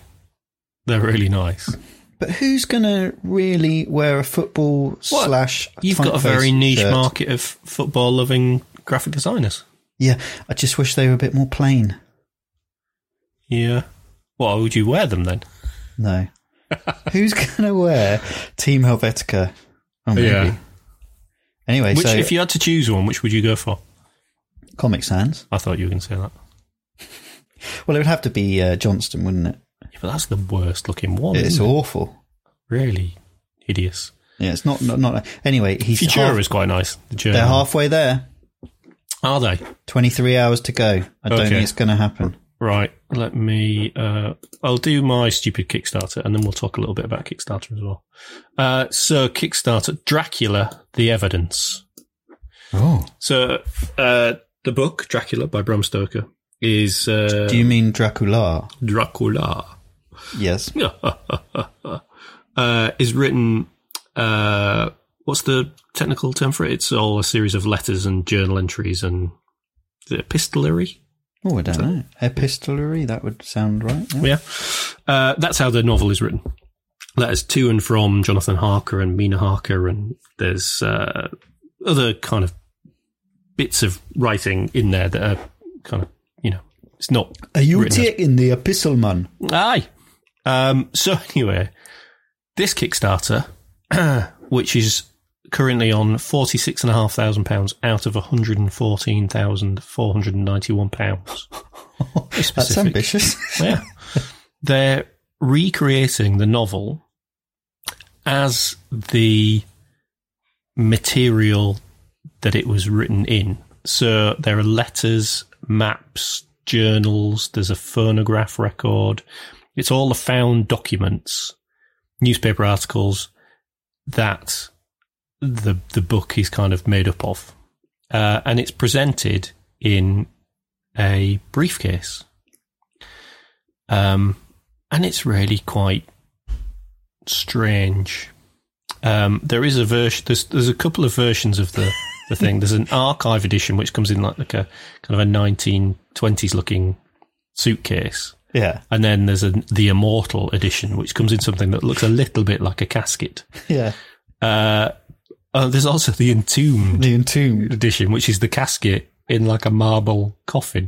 Speaker 2: they're really nice.
Speaker 1: But who's gonna really wear a football
Speaker 2: Well,
Speaker 1: slash?
Speaker 2: You've got a
Speaker 1: typeface
Speaker 2: very niche
Speaker 1: shirt?
Speaker 2: market of football-loving graphic designers.
Speaker 1: Yeah, I just wish they were a bit more plain.
Speaker 2: Yeah. Well, would you wear them then?
Speaker 1: No, who's gonna wear Team Helvetica? Oh, maybe.
Speaker 2: Yeah.
Speaker 1: Anyway,
Speaker 2: Which,
Speaker 1: so
Speaker 2: if you had to choose one, which would you go for?
Speaker 1: Comic Sans.
Speaker 2: I thought you were going to say that.
Speaker 1: Well, it would have to be uh, Johnston, wouldn't it?
Speaker 2: Yeah, but that's the worst-looking one.
Speaker 1: It's
Speaker 2: isn't it?
Speaker 1: awful.
Speaker 2: really hideous.
Speaker 1: Yeah, it's not not, not anyway. He's
Speaker 2: Futura
Speaker 1: half-
Speaker 2: is quite nice. The German.
Speaker 1: they're halfway there.
Speaker 2: Are they?
Speaker 1: Twenty three hours to go. I don't
Speaker 2: Okay.
Speaker 1: think it's going to happen.
Speaker 2: Right, let me. Uh, I'll do my stupid Kickstarter, and then we'll talk a little bit about Kickstarter as well. Uh, so, Kickstarter: Dracula, the evidence.
Speaker 1: Oh,
Speaker 3: So uh, the book Dracula by Bram Stoker is uh,
Speaker 1: do you mean Dracula?
Speaker 3: Dracula.
Speaker 1: Yes.
Speaker 2: uh, is written. Uh, what's the technical term for it? It's all a series of letters and journal entries and is it epistolary.
Speaker 1: Oh, I don't know. Epistolary. That would sound right. Yeah.
Speaker 2: Yeah, uh, that's how the novel is written. Letters to and from Jonathan Harker and Mina Harker, and there's uh, other kind of bits of writing in there that are kind of you know it's not
Speaker 1: Are you
Speaker 2: Written as-
Speaker 1: taking the epistle, man?
Speaker 2: Aye. Um, so anyway, this Kickstarter, which is currently on forty six and a half thousand pounds out of one hundred and fourteen thousand four hundred and ninety one pounds.
Speaker 1: That's ambitious.
Speaker 2: Yeah, they're recreating the novel as the material that it was written in. So there are letters, maps, journals, there's a phonograph record. It's all the found documents, newspaper articles that the the book is kind of made up of. Uh, and it's presented in a briefcase. Um, and it's really quite strange. Um, there is a version. There's there's a couple of versions of the the thing. There's an archive edition which comes in like like a kind of a 1920s looking suitcase,
Speaker 1: yeah.
Speaker 2: and then there's a the immortal edition which comes in something that looks a little bit like a casket.
Speaker 1: Yeah.
Speaker 2: Uh, uh, there's also the entombed
Speaker 1: The entombed.
Speaker 2: edition, which is the casket in like a marble coffin.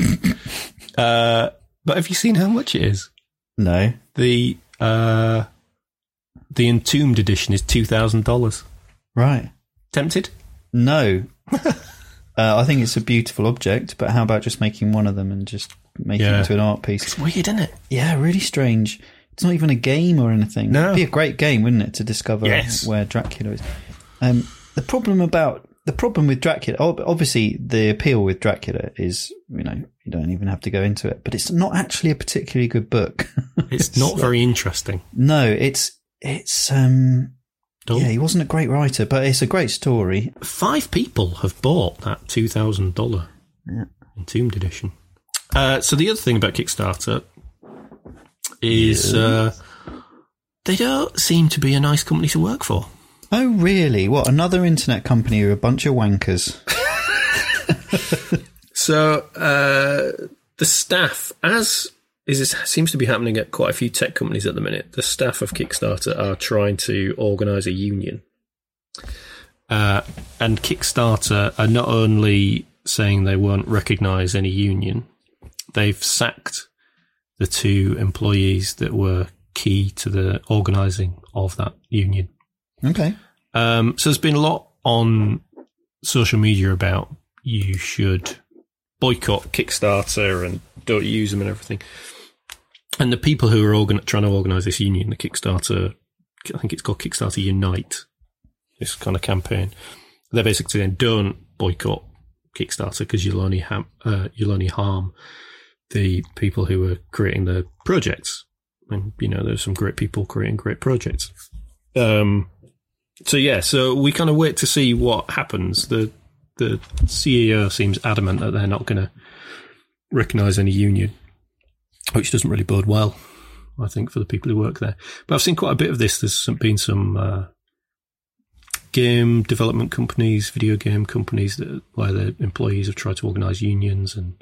Speaker 2: uh, but have you seen how much it is?
Speaker 1: No.
Speaker 2: the uh the entombed edition is two thousand dollars.
Speaker 1: Right.
Speaker 2: Tempted?
Speaker 1: No. uh, I think it's a beautiful object, but how about just making one of them and just making
Speaker 2: Yeah.
Speaker 1: it into an art piece?
Speaker 2: Weird, isn't it?
Speaker 1: Yeah, really strange. It's not even a game or anything.
Speaker 2: No.
Speaker 1: It'd be a great game, wouldn't it, to discover
Speaker 2: Yes.
Speaker 1: where Dracula is. Um, the problem about the problem with Dracula, ob- obviously, the appeal with Dracula is you know you don't even have to go into it, but it's not actually a particularly good book.
Speaker 2: It's not very interesting.
Speaker 1: no, it's it's um
Speaker 2: Dull.
Speaker 1: yeah, he wasn't a great writer, but it's a great story.
Speaker 2: Five people have bought that two thousand dollar entombed edition. Uh, so the other thing about Kickstarter is uh, they don't seem to be a nice company to work for.
Speaker 1: Oh really? What another internet company are a bunch of wankers?
Speaker 3: So uh, the staff, as is this seems to be happening at quite a few tech companies at the minute, the staff of Kickstarter are trying to organise a union.
Speaker 2: uh, and Kickstarter are not only saying they won't recognise any union, they've sacked the two employees that were key to the organising of that union.
Speaker 1: Okay.
Speaker 2: Um, so there's been a lot on social media about you should boycott
Speaker 3: Kickstarter and don't use them and everything.
Speaker 2: and the people who are organ- trying to organise this union, the Kickstarter, I think it's called Kickstarter Unite, this kind of campaign, they're basically saying don't boycott Kickstarter because you'll only ham- uh, you'll only harm the people who are creating the projects. And you know, there's some great people creating great projects.
Speaker 3: Um,
Speaker 2: So yeah, so we kind of wait to see what happens. The the CEO seems adamant that they're not going to recognise any union, which doesn't really bode well, I think, for the people who work there. But I've seen quite a bit of this. There's some, been some uh, game development companies, video game companies, that where the employees have tried to organise unions, and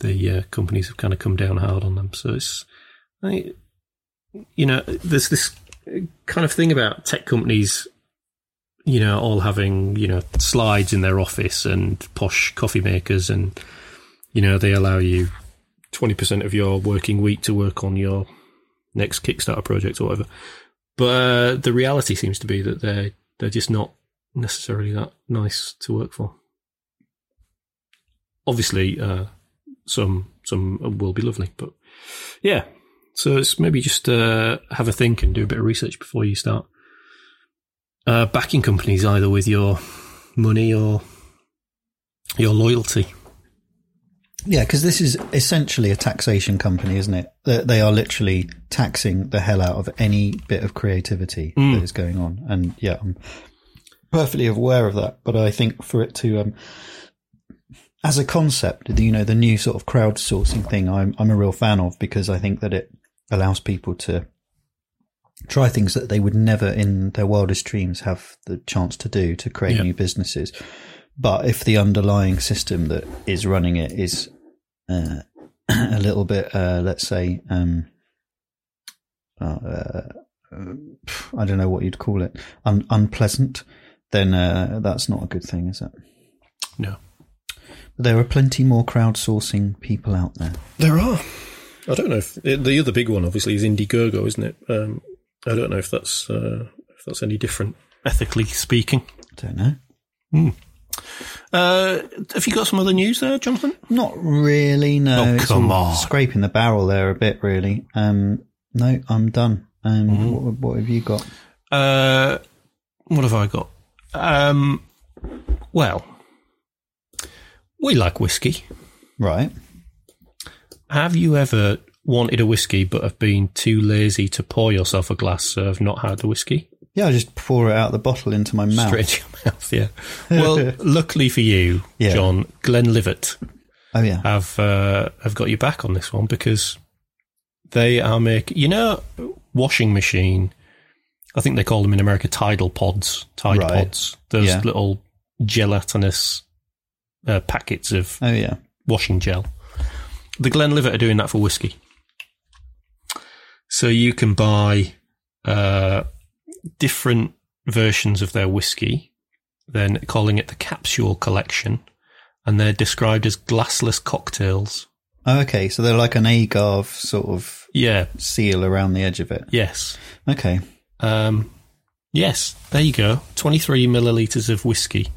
Speaker 2: the uh, companies have kind of come down hard on them. So it's, I, you know, there's this kind of thing about tech companies, you know, all having, you know, slides in their office and posh coffee makers and, you know, they allow you 20% of your working week to work on your next Kickstarter project or whatever. But uh, the reality seems to be that they're, they're just not necessarily that nice to work for. Obviously, uh, some some will be lovely, but yeah, so it's maybe just uh, have a think and do a bit of research before you start uh, backing companies either with your money or your loyalty.
Speaker 1: Yeah, because this is essentially a taxation company, isn't it? They, they are literally taxing the hell out of any bit of creativity that is going on. And yeah, I'm perfectly aware of that. But I think for it to, um, as a concept, you know, the new sort of crowdsourcing thing, I'm, I'm a real fan of because I think that it allows people to try things that they would never in their wildest dreams have the chance to do to create
Speaker 2: Yeah.
Speaker 1: new businesses. But if the underlying system that is running it is uh, a little bit, uh, let's say, um, uh, uh, I don't know what you'd call it, un- unpleasant, then uh, that's not a good thing, is it?
Speaker 2: No.
Speaker 1: But there are plenty more crowdsourcing people out there.
Speaker 3: There are. I don't know if the other big one, obviously, is Indiegogo, isn't it? Um, I don't know if that's uh, if that's any different.
Speaker 2: ethically speaking.
Speaker 1: Don't know.
Speaker 2: Uh, have you got some other news there, Jonathan?
Speaker 1: Not really. No.
Speaker 2: Oh,
Speaker 1: It's
Speaker 2: come
Speaker 1: all
Speaker 2: on.
Speaker 1: Scraping the barrel there a bit, really. Um, no, I'm done. Um,
Speaker 2: Mm-hmm.
Speaker 1: what, what have you got?
Speaker 2: Uh, what have I got? Um, well, we like whiskey.
Speaker 1: Right.
Speaker 2: Have you ever wanted a whiskey but have been too lazy to pour yourself a glass, so have not had the whiskey?
Speaker 1: Yeah, I just pour it out the bottle into my mouth.
Speaker 2: Straight to your mouth, yeah. Well, luckily for you,
Speaker 1: Yeah.
Speaker 2: John, Glenlivet
Speaker 1: Oh yeah.
Speaker 2: have uh, have got your back on this one because they are making you know washing machine. I think they call them in America tidal pods, tide
Speaker 1: Right.
Speaker 2: pods. Those
Speaker 1: Yeah.
Speaker 2: little gelatinous uh, packets of
Speaker 1: Oh yeah.
Speaker 2: washing gel. The Glenlivet are doing that for whiskey. So you can buy uh, different versions of their whiskey, then calling it the capsule collection, and they're described as glassless cocktails.
Speaker 1: Oh, okay. So they're like an agave sort of
Speaker 2: Yeah,
Speaker 1: seal around the edge of it.
Speaker 2: yes.
Speaker 1: Okay.
Speaker 2: Um, yes, there you go. 23 millilitres of whiskey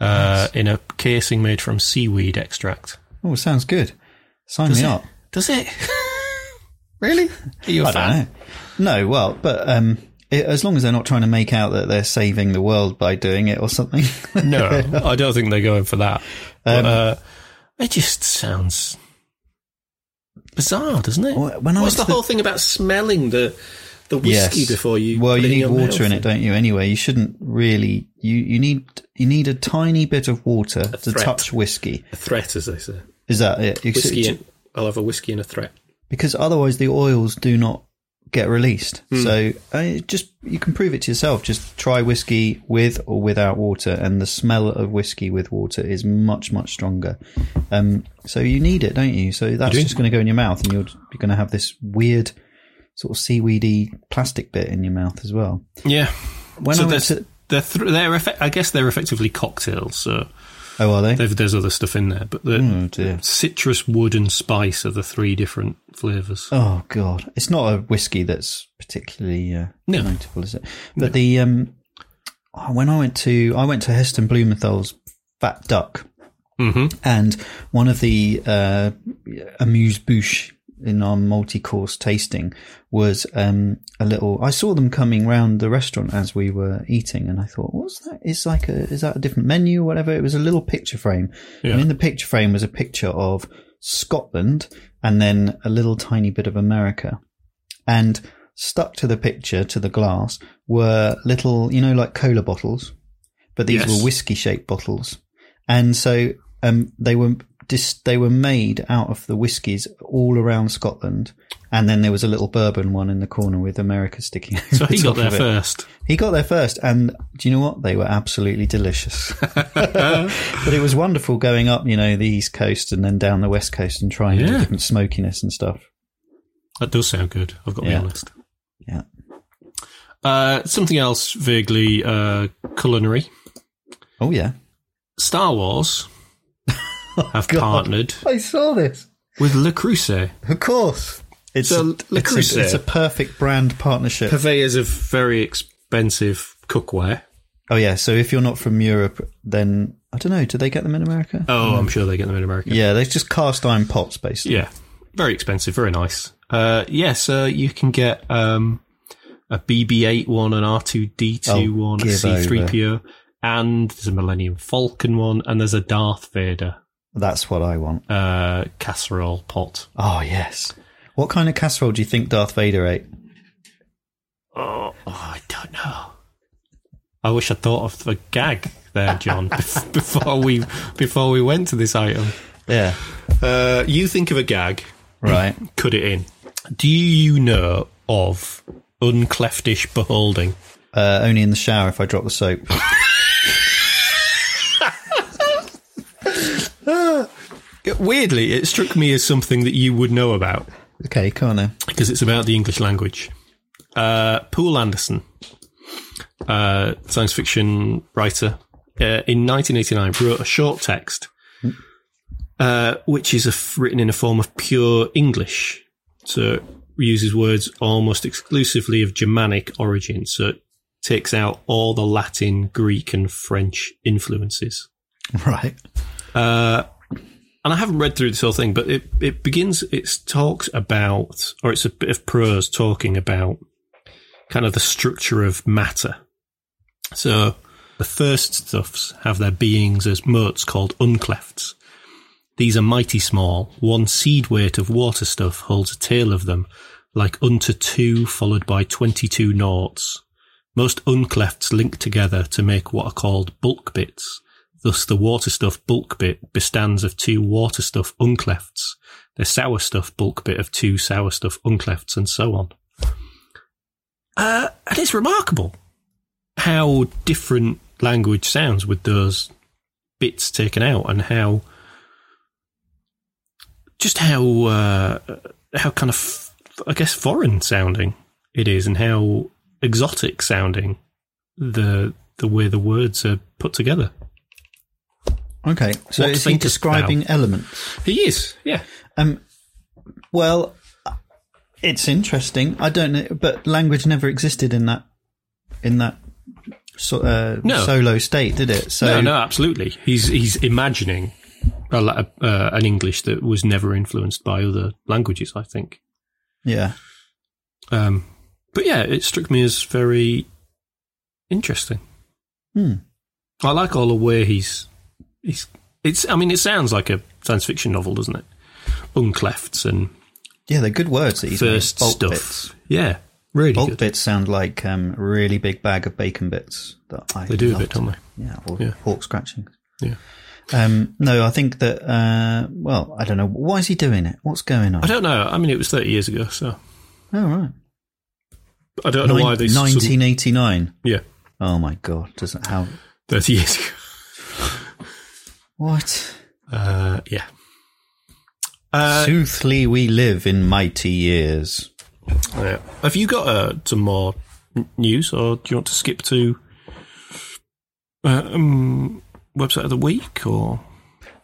Speaker 2: uh, in a casing made from seaweed extract.
Speaker 1: Oh, sounds good. Sign me up.
Speaker 2: Does it? really? Are you a
Speaker 1: I
Speaker 2: fan?
Speaker 1: don't know. No, well, but um, it, as long as they're not trying to make out that they're saving the world by doing it or something. Um,
Speaker 2: No, I don't think they're going for that. But, uh, it just sounds bizarre, doesn't it?
Speaker 1: Wh- when I
Speaker 3: What's
Speaker 1: was
Speaker 3: the,
Speaker 1: the-
Speaker 3: whole thing about smelling the the whiskey before you?
Speaker 1: Well,
Speaker 3: put
Speaker 1: you
Speaker 3: it in
Speaker 1: need
Speaker 3: your
Speaker 1: water in
Speaker 3: mouth?
Speaker 1: it, don't you? Anyway, you shouldn't really. You you need you need a tiny bit of water to
Speaker 3: threat.
Speaker 1: touch whiskey.
Speaker 3: A threat, as they say.
Speaker 1: Is that it? You-
Speaker 3: Whiskey. In, I'll have a whiskey and a threat.
Speaker 1: because otherwise the oils do not get released. So uh, it just you can prove it to yourself. Just try whiskey with or without water, and the smell of whiskey with water is much much stronger. Um, so you need it, don't you? So that's
Speaker 2: do.
Speaker 1: just going to go in your mouth, and you're you're going to have this weird sort of seaweedy plastic bit in your mouth as well.
Speaker 2: Yeah.
Speaker 1: When
Speaker 2: so
Speaker 1: I went
Speaker 2: there's-
Speaker 1: to
Speaker 2: they're, thr they're effe- I guess they're effectively cocktails. So
Speaker 1: oh are they?
Speaker 2: they've, there's other stuff in there, but the
Speaker 1: Oh dear.
Speaker 2: citrus, wood, and spice are the three different flavors.
Speaker 1: Oh god, it's not a whiskey that's particularly uh,
Speaker 2: No.
Speaker 1: notable, is it? But the um, oh, when I went to I went to Heston Blumenthal's Fat Duck,
Speaker 2: Mm-hmm.
Speaker 1: and one of the uh, amuse bouche in our multi-course tasting was um, a little. I saw them coming round the restaurant as we were eating, and I thought, "What's that? Is like a is that a different menu or whatever?" It was a little picture frame,
Speaker 2: Yeah.
Speaker 1: and in the picture frame was a picture of Scotland and then a little tiny bit of America, and stuck to the picture to the glass were little, you know, like cola bottles, but these
Speaker 2: Yes.
Speaker 1: were whiskey shaped bottles and so um, they were dis- they were made out of the whiskies all around Scotland, and then there was a little bourbon one in the corner with America sticking.
Speaker 2: So
Speaker 1: over
Speaker 2: he
Speaker 1: the
Speaker 2: got
Speaker 1: top
Speaker 2: there
Speaker 1: of it.
Speaker 2: first.
Speaker 1: He got there first, and do you know what? They were absolutely delicious. but it was wonderful going up, you know, the east coast and then down the west coast and trying all the
Speaker 2: Yeah.
Speaker 1: different smokiness and stuff.
Speaker 2: That does sound good. I've got to
Speaker 1: Yeah.
Speaker 2: be honest.
Speaker 1: Yeah.
Speaker 2: Uh, something else vaguely uh, culinary.
Speaker 1: Oh yeah,
Speaker 2: Star Wars have
Speaker 1: Oh, God.
Speaker 2: partnered
Speaker 1: I saw this.
Speaker 2: with Le Creuset.
Speaker 1: Of course, it's
Speaker 2: So,
Speaker 1: a,
Speaker 2: Le
Speaker 1: it's
Speaker 2: Creuset-
Speaker 1: a, it's a perfect brand partnership.
Speaker 2: purveyors of very expensive cookware.
Speaker 1: Oh yeah, so if you're not from Europe, then I don't know. Do they get them in America?
Speaker 2: Oh, I'm sure they get them in America.
Speaker 1: Mm. Yeah, they're just cast iron pots, basically.
Speaker 2: Yeah. Very expensive, very nice. Uh, yeah, so you can get um, a BB 8 one, an R2 D2
Speaker 1: Oh,
Speaker 2: one, a
Speaker 1: give
Speaker 2: C3PO, and there's a Millennium Falcon one, and there's a Darth Vader.
Speaker 1: That's what I want.
Speaker 2: uh, casserole pot.
Speaker 1: Oh yes. What kind of casserole do you think Darth Vader ate?
Speaker 2: Oh, I don't know. I wish I thought of the gag there, John, bef- before we before we went to this item.
Speaker 1: Yeah.
Speaker 2: Uh, you think of a gag,
Speaker 1: Right.
Speaker 2: cut it in. Do you know of uncleftish beholding?
Speaker 1: Uh, only in the shower if I drop the soap.
Speaker 2: Weirdly, it struck me as something that you would know about
Speaker 1: okay, come on then.
Speaker 2: because it's about the English language. Uh, Poole Anderson, uh, science fiction writer, uh, in 1989 wrote a short text, uh, which is a f- written in a form of pure English. So it uses words almost exclusively of Germanic origin. So it takes out all the Latin, Greek, and French influences.
Speaker 1: Right.
Speaker 2: and I haven't read through this whole thing, but it, it begins, it talks about, or it's a bit of prose talking about kind of the structure of matter. So the first stuffs have their beings as motes called unclefts. These are mighty small. One seed weight of water stuff holds a tail of them, like unto two followed by 22 noughts. Most unclefts link together to make what are called bulk bits. Thus, the water stuff bulk bit bestands of two water stuff unclefts, the sour stuff bulk bit of two sour stuff unclefts, and so on. Uh, and it's remarkable how different language sounds with those bits taken out, and how just how uh, how kind of I guess foreign sounding it is, and how exotic sounding the the way the words are put together.
Speaker 1: Okay. So
Speaker 2: What to
Speaker 1: is he
Speaker 2: think of
Speaker 1: describing elements?
Speaker 2: He is, yeah.
Speaker 1: Um. Well, it's interesting. I don't know, but language never existed in that in that so, uh,
Speaker 2: No.
Speaker 1: solo state, did it? So
Speaker 2: no, no, absolutely. He's he's imagining a, la- uh, an English that was never influenced by other languages. I think.
Speaker 1: yeah.
Speaker 2: Um, but yeah, it struck me as very interesting.
Speaker 1: Hmm.
Speaker 2: I like all the way he's he's it's. I mean, it sounds like a science fiction novel, doesn't it? Unclefts and
Speaker 1: Yeah, they're good words. These
Speaker 2: first
Speaker 1: bulk
Speaker 2: stuff.
Speaker 1: Bits.
Speaker 2: Yeah, really
Speaker 1: Bulk
Speaker 2: good.
Speaker 1: bits sound like um, a really big bag of bacon bits that I
Speaker 2: They do a
Speaker 1: loved.
Speaker 2: bit, don't they?
Speaker 1: Yeah, or
Speaker 2: Yeah.
Speaker 1: pork scratchings.
Speaker 2: Yeah.
Speaker 1: Um, no, I think that. Uh, well, I don't know. Why is he doing it? What's going on?
Speaker 2: I don't know. I mean, it was thirty years ago, so
Speaker 1: oh, right.
Speaker 2: I don't know why they. sudden-
Speaker 1: Nineteen eighty nine.
Speaker 2: yeah,
Speaker 1: Oh my god! Doesn't how
Speaker 2: thirty years ago.
Speaker 1: what?
Speaker 2: Uh, yeah. Uh,
Speaker 1: Soothly, we live in mighty years.
Speaker 2: Yeah. Have you got uh, some more n- news, or do you want to skip to uh, um, website of the week? Or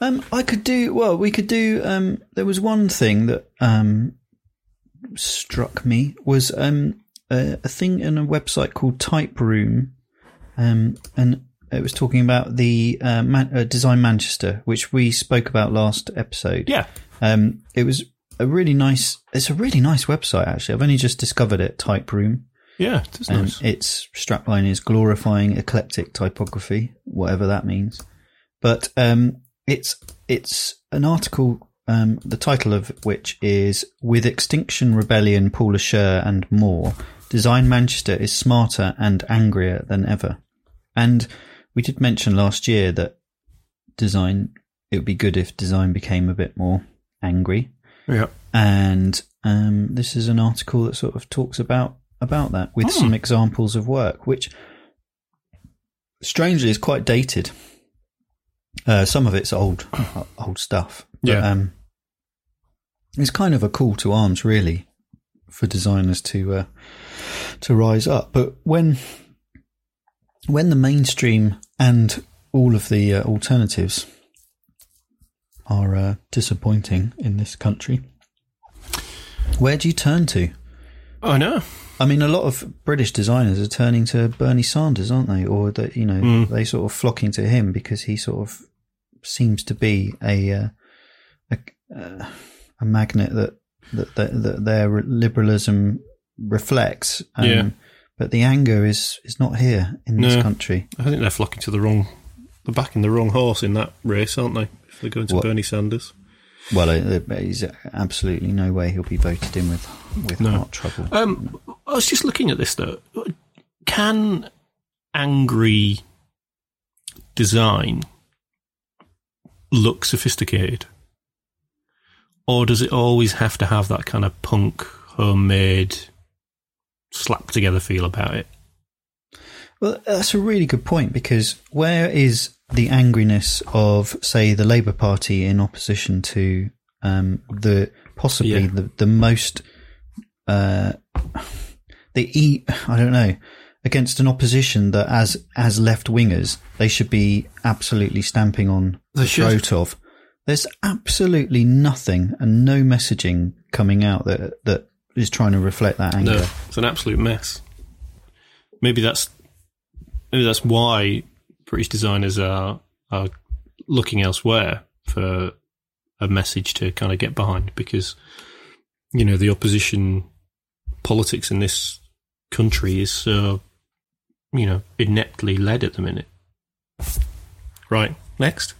Speaker 1: Um, I could do well. We could do. Um, there was one thing that um struck me was um a, a thing in a website called Type Room, um, and it was talking about the uh, Man- uh, Design Manchester, which we spoke about last episode.
Speaker 2: yeah,
Speaker 1: Um, it was a really nice. It's a really nice website actually. I've only just discovered it. Type Room.
Speaker 2: yeah, that's
Speaker 1: Um,
Speaker 2: nice.
Speaker 1: Its strapline is glorifying eclectic typography, whatever that means. But um, it's it's an article, um, the title of which is "With Extinction Rebellion, Paula Scher and More, Design Manchester is smarter and angrier than ever." And we did mention last year that design it would be good if design became a bit more angry
Speaker 2: yeah,
Speaker 1: and um, this is an article that sort of talks about about that with some examples of work, which strangely is quite dated. Uh, some of it's old, old stuff.
Speaker 2: Yeah.
Speaker 1: um, it's kind of a call to arms, really, for designers to uh, to rise up. But when when the mainstream and all of the uh, alternatives are uh, disappointing in this country, where do you turn to?
Speaker 2: I know.
Speaker 1: I mean, a lot of British designers are turning to Bernie Sanders, aren't they? Or that you know
Speaker 2: Mm.
Speaker 1: they sort of flocking to him because he sort of seems to be a uh, a, uh, a magnet that that, that that their liberalism reflects.
Speaker 2: Yeah.
Speaker 1: But the anger is is not here in this
Speaker 2: No.
Speaker 1: country.
Speaker 2: I think they're flocking to the wrong
Speaker 3: They're backing the wrong horse in that race, aren't they? If they're going to
Speaker 1: What?
Speaker 3: Bernie Sanders.
Speaker 1: Well, uh, there's absolutely no way he'll be voted in with with heart trouble.
Speaker 2: Um, I was just looking at this though. Can angry design look sophisticated, or does it always have to have that kind of punk, homemade, slap together feel about it?
Speaker 1: Well, that's a really good point because where is the angriness of, say, the Labour Party in opposition to um, the possibly
Speaker 2: Yeah.
Speaker 1: the, the most uh, the e I don't know against an opposition that as as left wingers they should be absolutely stamping on
Speaker 3: They
Speaker 1: the
Speaker 3: should.
Speaker 1: throat of. There's absolutely nothing and no messaging coming out that that is trying to reflect that anger.
Speaker 2: No, it's an absolute mess. Maybe that's maybe that's why British designers are are looking elsewhere for a message to kind of get behind because you know the opposition politics in this country is so you know ineptly led at the minute. Right, next.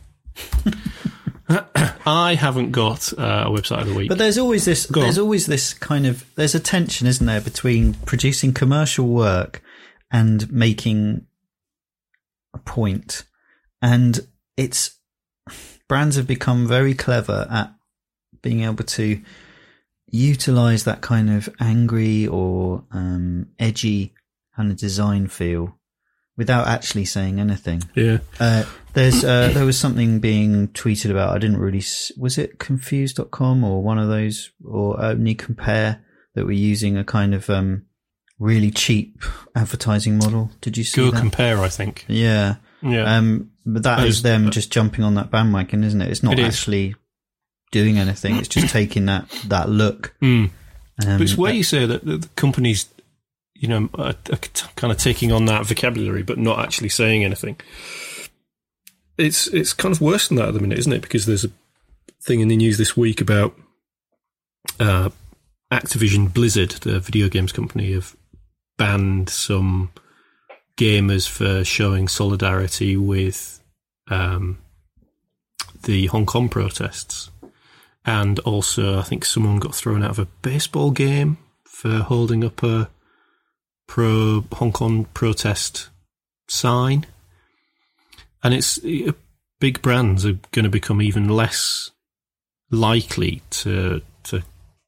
Speaker 2: I haven't got uh, a website of the week.
Speaker 1: But there's always this.
Speaker 2: Go on.
Speaker 1: there's always this kind of. There's a tension, isn't there, between producing commercial work and making a point. And it's brands have become very clever at being able to utilize that kind of angry or um, edgy kind of design feel without actually saying anything.
Speaker 2: yeah.
Speaker 1: Uh, there's uh, there was something being tweeted about. I didn't really s- was it confused.com or one of those or only compare that were using a kind of um, really cheap advertising model. Did you see
Speaker 2: Go
Speaker 1: that?
Speaker 2: compare, I think.
Speaker 1: yeah.
Speaker 2: Yeah.
Speaker 1: Um, but that
Speaker 2: That
Speaker 1: is
Speaker 2: is-
Speaker 1: them just jumping on that bandwagon, isn't it? It's not
Speaker 2: It is.
Speaker 1: actually doing anything. It's just taking that that look.
Speaker 2: Mm.
Speaker 1: Um,
Speaker 2: But it's where you say that the, the companies, you know, are, are t- kind of taking on that vocabulary but not actually saying anything.
Speaker 3: It's it's kind of worse than that at the minute, isn't it? Because there's a thing in the news this week about uh,
Speaker 2: Activision Blizzard, the video games company, have banned some gamers for showing solidarity with um, the Hong Kong protests. And also, I think someone got thrown out of a baseball game for holding up a pro Hong Kong protest sign. And it's uh, big brands are going to become even less likely to to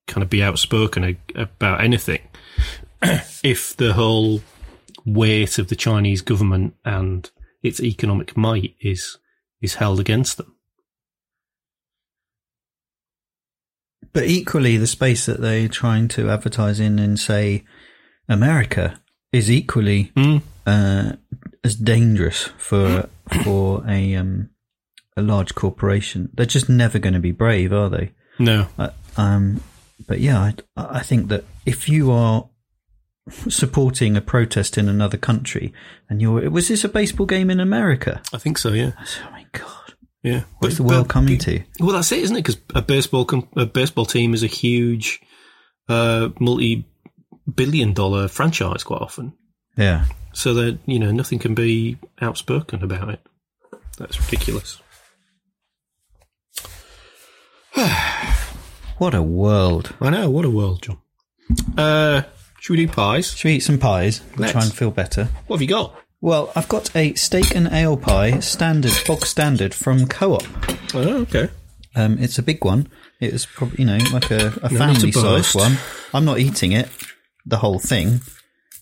Speaker 2: kind of be outspoken a- about anything if the whole weight of the Chinese government and its economic might is is held against them.
Speaker 1: But equally, the space that they're trying to advertise in, in say America, is equally
Speaker 2: Mm.
Speaker 1: uh, as dangerous for for a um, a large corporation. They're just never going to be brave, are they?
Speaker 2: No,
Speaker 1: Uh, um, but yeah, I, I think that if you are supporting a protest in another country, and you're was this a baseball game in America?
Speaker 2: I think so. Yeah,
Speaker 1: Oh my god,
Speaker 2: yeah.
Speaker 1: what's the world coming to?
Speaker 2: Well, that's it, isn't it? Because a baseball com- a baseball team is a huge, uh, multi-billion dollar franchise quite often.
Speaker 1: Yeah.
Speaker 2: so that you know nothing can be outspoken about it. That's ridiculous.
Speaker 1: What a world.
Speaker 2: I know. What a world, John. Uh, should we do pies?
Speaker 1: Should we eat some pies?
Speaker 2: Let's.
Speaker 1: Try and feel better.
Speaker 2: What have you got?
Speaker 1: Well, I've got a steak and ale pie, standard, bog standard from Co op.
Speaker 2: Oh, okay.
Speaker 1: Um, it's a big one. It was probably, you know, like a, a
Speaker 2: to
Speaker 1: family
Speaker 2: boast.
Speaker 1: sized one. I'm not eating it, the whole thing.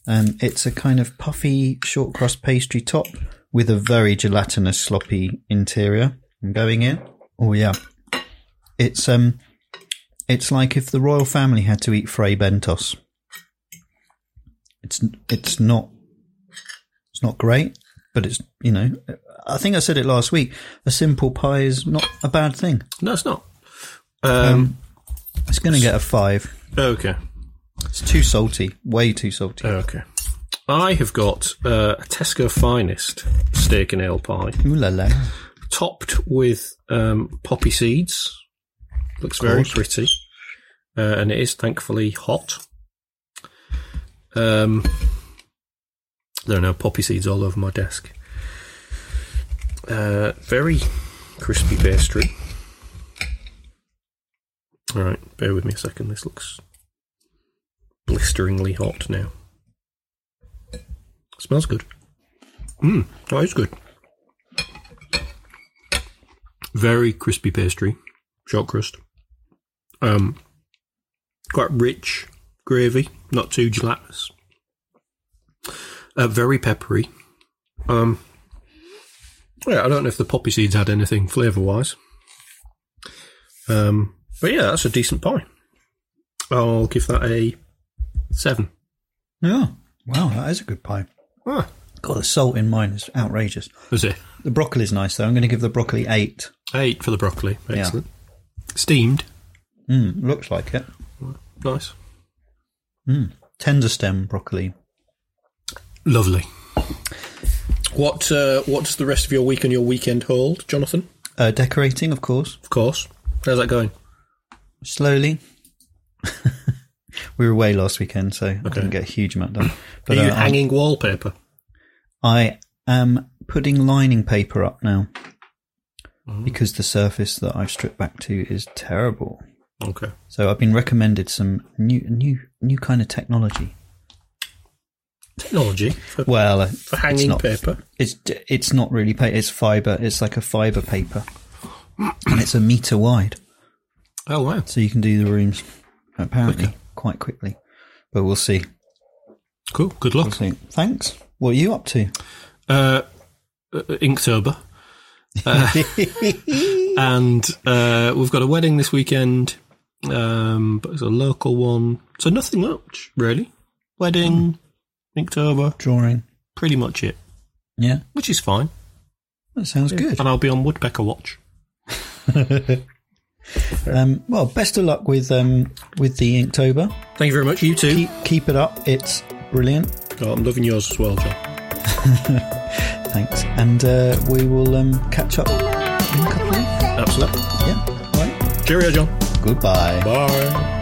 Speaker 1: Um, it's a kind of puffy short crust pastry top with a very gelatinous, sloppy interior. I'm going in. Oh yeah, it's um, it's like if the royal family had to eat Frey Bentos. It's it's not it's not great, but it's you know, I think I said it last week. A simple pie is not a bad thing.
Speaker 2: No, it's not. Um,
Speaker 1: It's going to get a five.
Speaker 2: okay.
Speaker 1: It's too salty. Way too salty.
Speaker 2: Okay. I have got uh, a Tesco Finest steak and ale pie,
Speaker 1: Ooh la la.
Speaker 2: topped with um, poppy seeds. Looks very
Speaker 1: course.
Speaker 2: pretty, uh, and it is thankfully hot. Um, there are now poppy seeds all over my desk. Uh, very crispy pastry. All right, bear with me a second. This looks blisteringly hot now. Smells good. Mmm, that is good. Very crispy pastry, short crust. Um, quite rich gravy, not too gelatinous. Uh, very peppery. Um, yeah, I don't know if the poppy seeds had anything flavour wise. Um, but yeah, that's a decent pie. I'll give that a seven.
Speaker 1: Yeah. Wow, that is a good pie.
Speaker 2: Ah,
Speaker 1: God, the salt in mine is outrageous.
Speaker 2: was it?
Speaker 1: The broccoli's nice though. I'm going to give the broccoli eight.
Speaker 2: Eight for the broccoli. Excellent. Steamed.
Speaker 1: Mm, looks like it.
Speaker 2: Nice.
Speaker 1: Tender stem broccoli.
Speaker 2: Lovely. What uh, What does the rest of your week and your weekend hold, Jonathan?
Speaker 1: Uh, decorating, of course,
Speaker 2: Of course. How's that going?
Speaker 1: slowly. we were away last weekend, so I didn't get a huge amount done.
Speaker 2: Are
Speaker 1: But
Speaker 2: you
Speaker 1: uh, I-
Speaker 2: hanging wallpaper?
Speaker 1: I am putting lining paper up now
Speaker 2: Mm-hmm.
Speaker 1: because the surface that I've stripped back to is terrible.
Speaker 2: Okay.
Speaker 1: So I've been recommended some new, new, new kind of technology.
Speaker 2: Technology for,
Speaker 1: Well, uh,
Speaker 2: for
Speaker 1: it's
Speaker 2: hanging
Speaker 1: not,
Speaker 2: paper.
Speaker 1: It's it's not really paper. It's fiber. It's like a fiber paper, and it's a meter wide,
Speaker 2: Oh wow.
Speaker 1: so you can do the rooms apparently quite quickly. But we'll see.
Speaker 2: Cool. Good
Speaker 1: We'll
Speaker 2: luck.
Speaker 1: see. Thanks. What are you up to?
Speaker 2: Uh, uh, Inktober. Uh, and uh, we've got a wedding this weekend, um, but it's a local one, so nothing much really. Wedding, Mm. Inktober,
Speaker 1: Drawing.
Speaker 2: pretty much it,
Speaker 1: Yeah,
Speaker 2: which is fine.
Speaker 1: that sounds good.
Speaker 2: And I'll be on Woodpecker watch.
Speaker 1: Um, well, best of luck with um, with the Inktober.
Speaker 2: Thank you very much. You too.
Speaker 1: Keep keep it up. It's brilliant.
Speaker 2: Oh, I'm loving yours as well, John.
Speaker 1: Thanks, and uh, we will um, catch up in a couple of weeks.
Speaker 2: Absolutely.
Speaker 1: Yeah. Right.
Speaker 2: Cheerio, John.
Speaker 1: Goodbye.
Speaker 2: Bye.